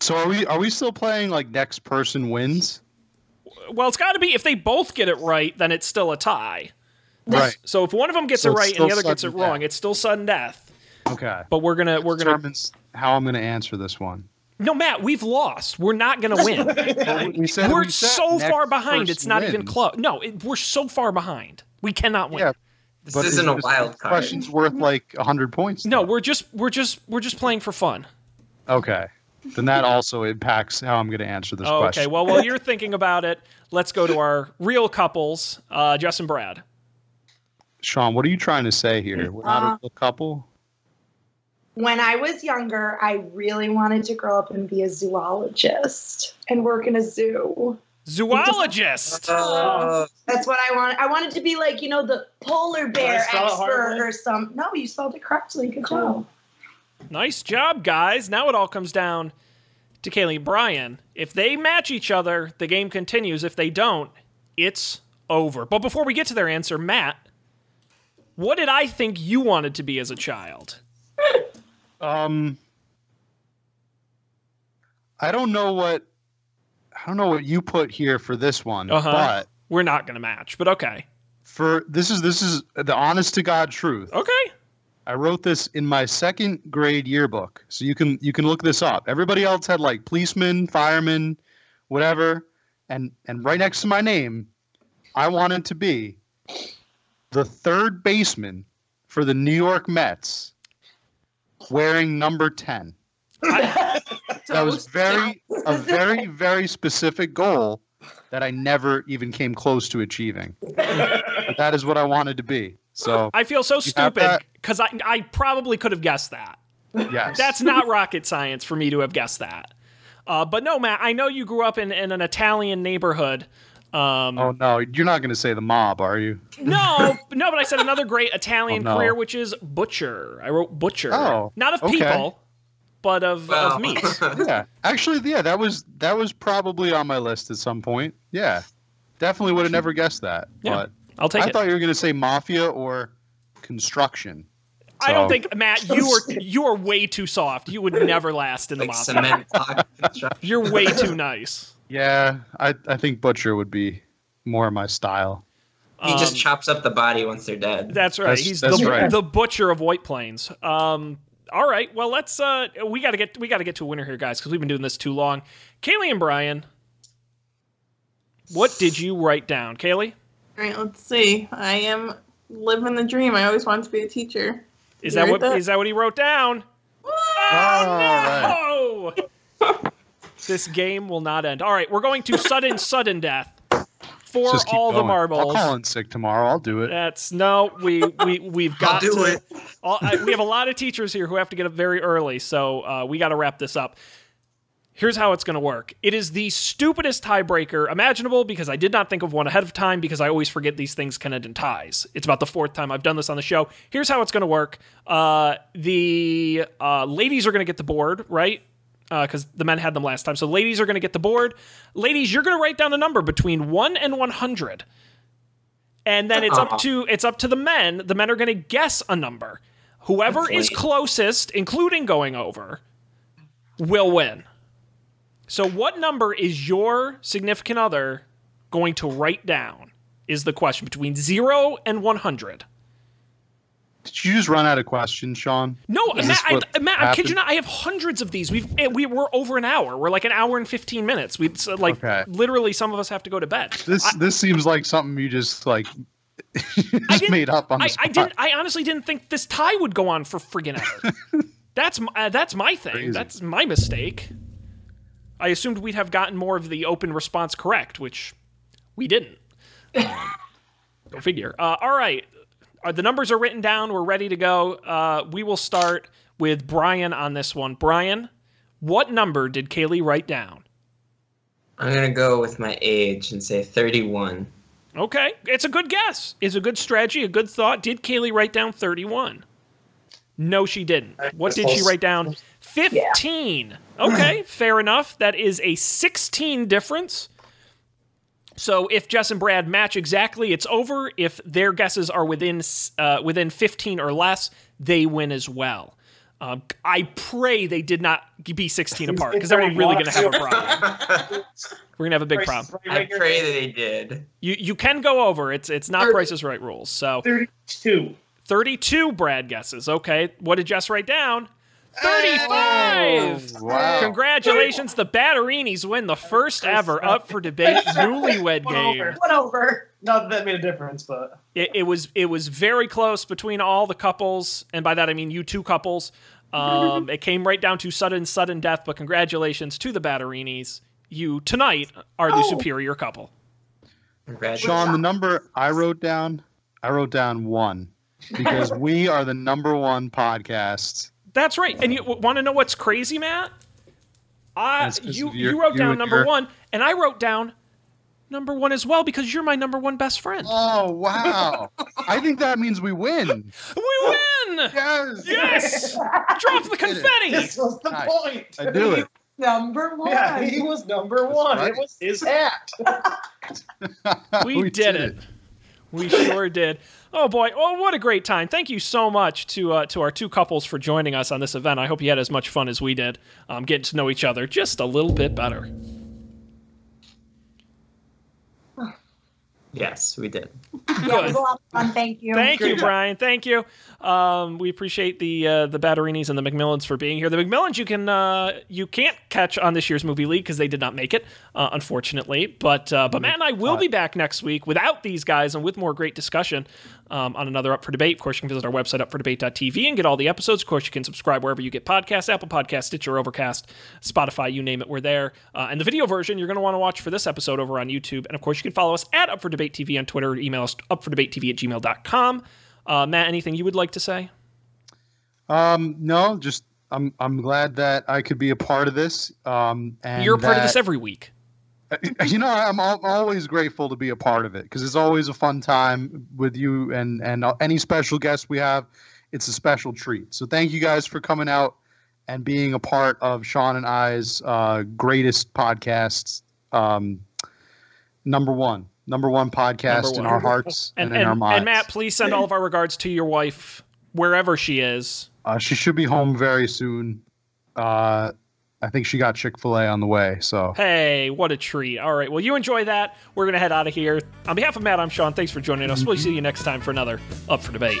So are we are we still playing like next person wins? well, it's got to be if they both get it right, then it's still a tie. Right. So if one of them gets So it it's right and still the other gets it sudden wrong, death. it's still sudden death. Okay. But we're gonna we're gonna Determines how I'm going to answer this one. no Matt, we've lost. We're not gonna win. We said we're we said so next far behind. person It's not even wins. close. No, it, we're so far behind. We cannot win. Yeah, This but isn't a this wild card. Question's worth like hundred points. No, then. we're just we're just we're just playing for fun. Okay. Then that also impacts how I'm going to answer this Oh, question. okay. Well, while you're thinking about it, let's go to our real couples, uh, Jess and Brad. Sean, what are you trying to say here? We're not a Uh, real couple? When I was younger, I really wanted to grow up and be a zoologist and work in a zoo. Zoologist. Uh, Oh, That's what I wanted. I wanted to be like, you know, the polar bear spell it expert hardly? or some. No, you spelled it correctly. Good job. Nice job, guys. Now it all comes down to Kaylee and Brian. If they match each other, the game continues. If they don't, it's over. But before we get to their answer, Matt, what did I think you wanted to be as a child? Um I don't know what I don't know what you put here for this one, Uh-huh. but We're not going to match, but okay. for this is this is the honest to god truth. Okay. I wrote this in my second grade yearbook, so you can you can look this up. Everybody else had like policemen, firemen, whatever, and and right next to my name, I wanted to be the third baseman for the New York Mets, wearing number ten. That was very a very very specific goal that I never even came close to achieving. But that is what I wanted to be. So I feel so You have stupid that? because I I probably could have guessed that. yes, That's not rocket science for me to have guessed that. Uh, but no, Matt, I know you grew up in, in an Italian neighborhood. Um, Oh no, you're not going to say the mob, are you? No, no, but I said another great Italian Oh, no. career, which is butcher. I wrote butcher, Oh, not of okay. people, but of, Wow. of meat. Yeah, actually, yeah, that was that was probably on my list at some point. Yeah, definitely would have never guessed that. Yeah, but I'll take I it. thought you were going to say mafia or construction. I don't so- think Matt, you are you are way too soft. You would never last in the like mob. cement block construction. You're way too nice. Yeah, I I think butcher would be more my style. He just Um, chops up the body once they're dead. That's right. That's- He's that's the, right. the butcher of White Plains. Um, all right. Well, let's. Uh, we gotta get we gotta get to a winner here, guys, because we've been doing this too long. Kaylee and Brian, what did you write down, Kaylee? All right, let's see. I am living the dream. I always wanted to be a teacher. Is You that write what is that? that what he wrote down? Oh All no! this game will not end. All right, we're going to sudden sudden death for Just keep all the going. I'll marbles. call in sick tomorrow. I'll do it. That's no, we we we've got I'll do to. it. All, I, we have a lot of teachers here who have to get up very early, so uh, we got to wrap this up. Here's how it's going to work. It is the stupidest tiebreaker imaginable because I did not think of one ahead of time because I always forget these things can end in ties. It's about the fourth time I've done this on the show. Here's how it's going to work. Uh, the uh, ladies are going to get the board, right? Because uh, the men had them last time. So ladies are going to get the board. Ladies, you're going to write down a number between 1 and 100 and then it's Aw. up to it's up to the men. The men are going to guess a number. Whoever That's is lame. closest, including going over, will win. So, what number is your significant other going to write down? Is the question between zero and one hundred? Did you just run out of questions, Sean? No, Matt, Is this I, what Matt I kid you happened? not. I have hundreds of these. We've eh, we were over an hour. We're like an hour and fifteen minutes. We so, like Okay. literally some of us have to go to bed. This I- this seems like something you just like just didn't- made up on I, the I spot. didn't. I honestly didn't think this tie would go on for friggin' ever. that's m- uh, that's my thing. Crazy. That's my mistake. I assumed we'd have gotten more of the open response correct, which we didn't. Um, go figure. Uh, all right, Uh, the numbers are written down. We're ready to go. Uh, we will start with Brian on this one. Brian, what number did Kaylee write down? I'm gonna go with my age and say 31. Okay, it's a good guess. It's a good strategy, a good thought. Did Kaylee write down 31? No, she didn't. What did she write down? 15. Okay, fair enough. That is a 16 difference. So if Jess and Brad match exactly, it's over. If their guesses are within s- uh, within 15 or less, they win as well. Um, I pray they did not be 16 apart because then we're really going to have a problem. I We're going to have a big problem. pray that they did. You you can go over. It's it's not Thirty. Price is Right rules. So Thirty-two. 32 Brad guesses. Okay, what did Jess write down? 35. Oh, Wow. Congratulations, the Batterinis win the first ever up for debate newlewed One game. over. What over? Not that that made a difference, but It, it was it was very close between all the couples, and by that I mean you two couples. Um, it came right down to sudden sudden death. But congratulations to the Batterinis. You tonight are the Oh. superior couple. Congratulations. Sean, the number I wrote down, I wrote down one because we are the number one podcast. That's right. And you want to know what's crazy, Matt? I That's 'cause you of your- you wrote you down and number your- one, and I wrote down number one as well because you're my number one best friend. Oh wow! I think that means we win. we win! Yes. Yes! Drop the oh. Did it. confetti! this was the Nice. point. I do it. Number one. Yeah, he was number one. right. It was his act. We, did, it. We sure did. Oh boy! Oh, what a great time! Thank you so much to uh, to our two couples for joining us on this event. I hope you had as much fun as we did, um, getting to know each other just a little bit better. Yes, we did. Yeah, it was a lot of fun. Thank you. Thank you, Brian. Thank you. Um, we appreciate the uh, the Batterinis and the McMillans for being here. The McMillans you can uh, you can't catch on this year's movie league because they did not make it, uh, unfortunately. But uh, but Matt and I will be back next week without these guys and with more great discussion um, on another Up for Debate. Of course, you can visit our website upfordebate.tv and get all the episodes. Of course, you can subscribe wherever you get podcasts: Apple Podcasts, Stitcher, Overcast, Spotify, you name it, we're there. Uh, and the video version you're going to want to watch for this episode over on YouTube. And of course, you can follow us at Up for Debate TV on Twitter, email us upfordebatetv at gmail.com. Uh, Matt, anything you would like to say? Um, no, just I'm I'm glad that I could be a part of this. Um, and You're a part of that- this every week. you know i'm al- always grateful to be a part of it because it's always a fun time with you and and any special guest we have it's a special treat so thank you guys for coming out and being a part of sean and i's uh, greatest podcast um, number one number one podcast Number in one. our hearts and, And, in our and, minds and Matt, please send all of our regards to your wife, wherever she is. uh, she should be home very soon uh, i think she got chick-fil-a on the way so Hey, what a treat. All right. Well, you enjoy that. We're going to head out of here. On behalf of Matt, I'm Sean. Thanks for joining us. We'll see you next time for another Up for Debate.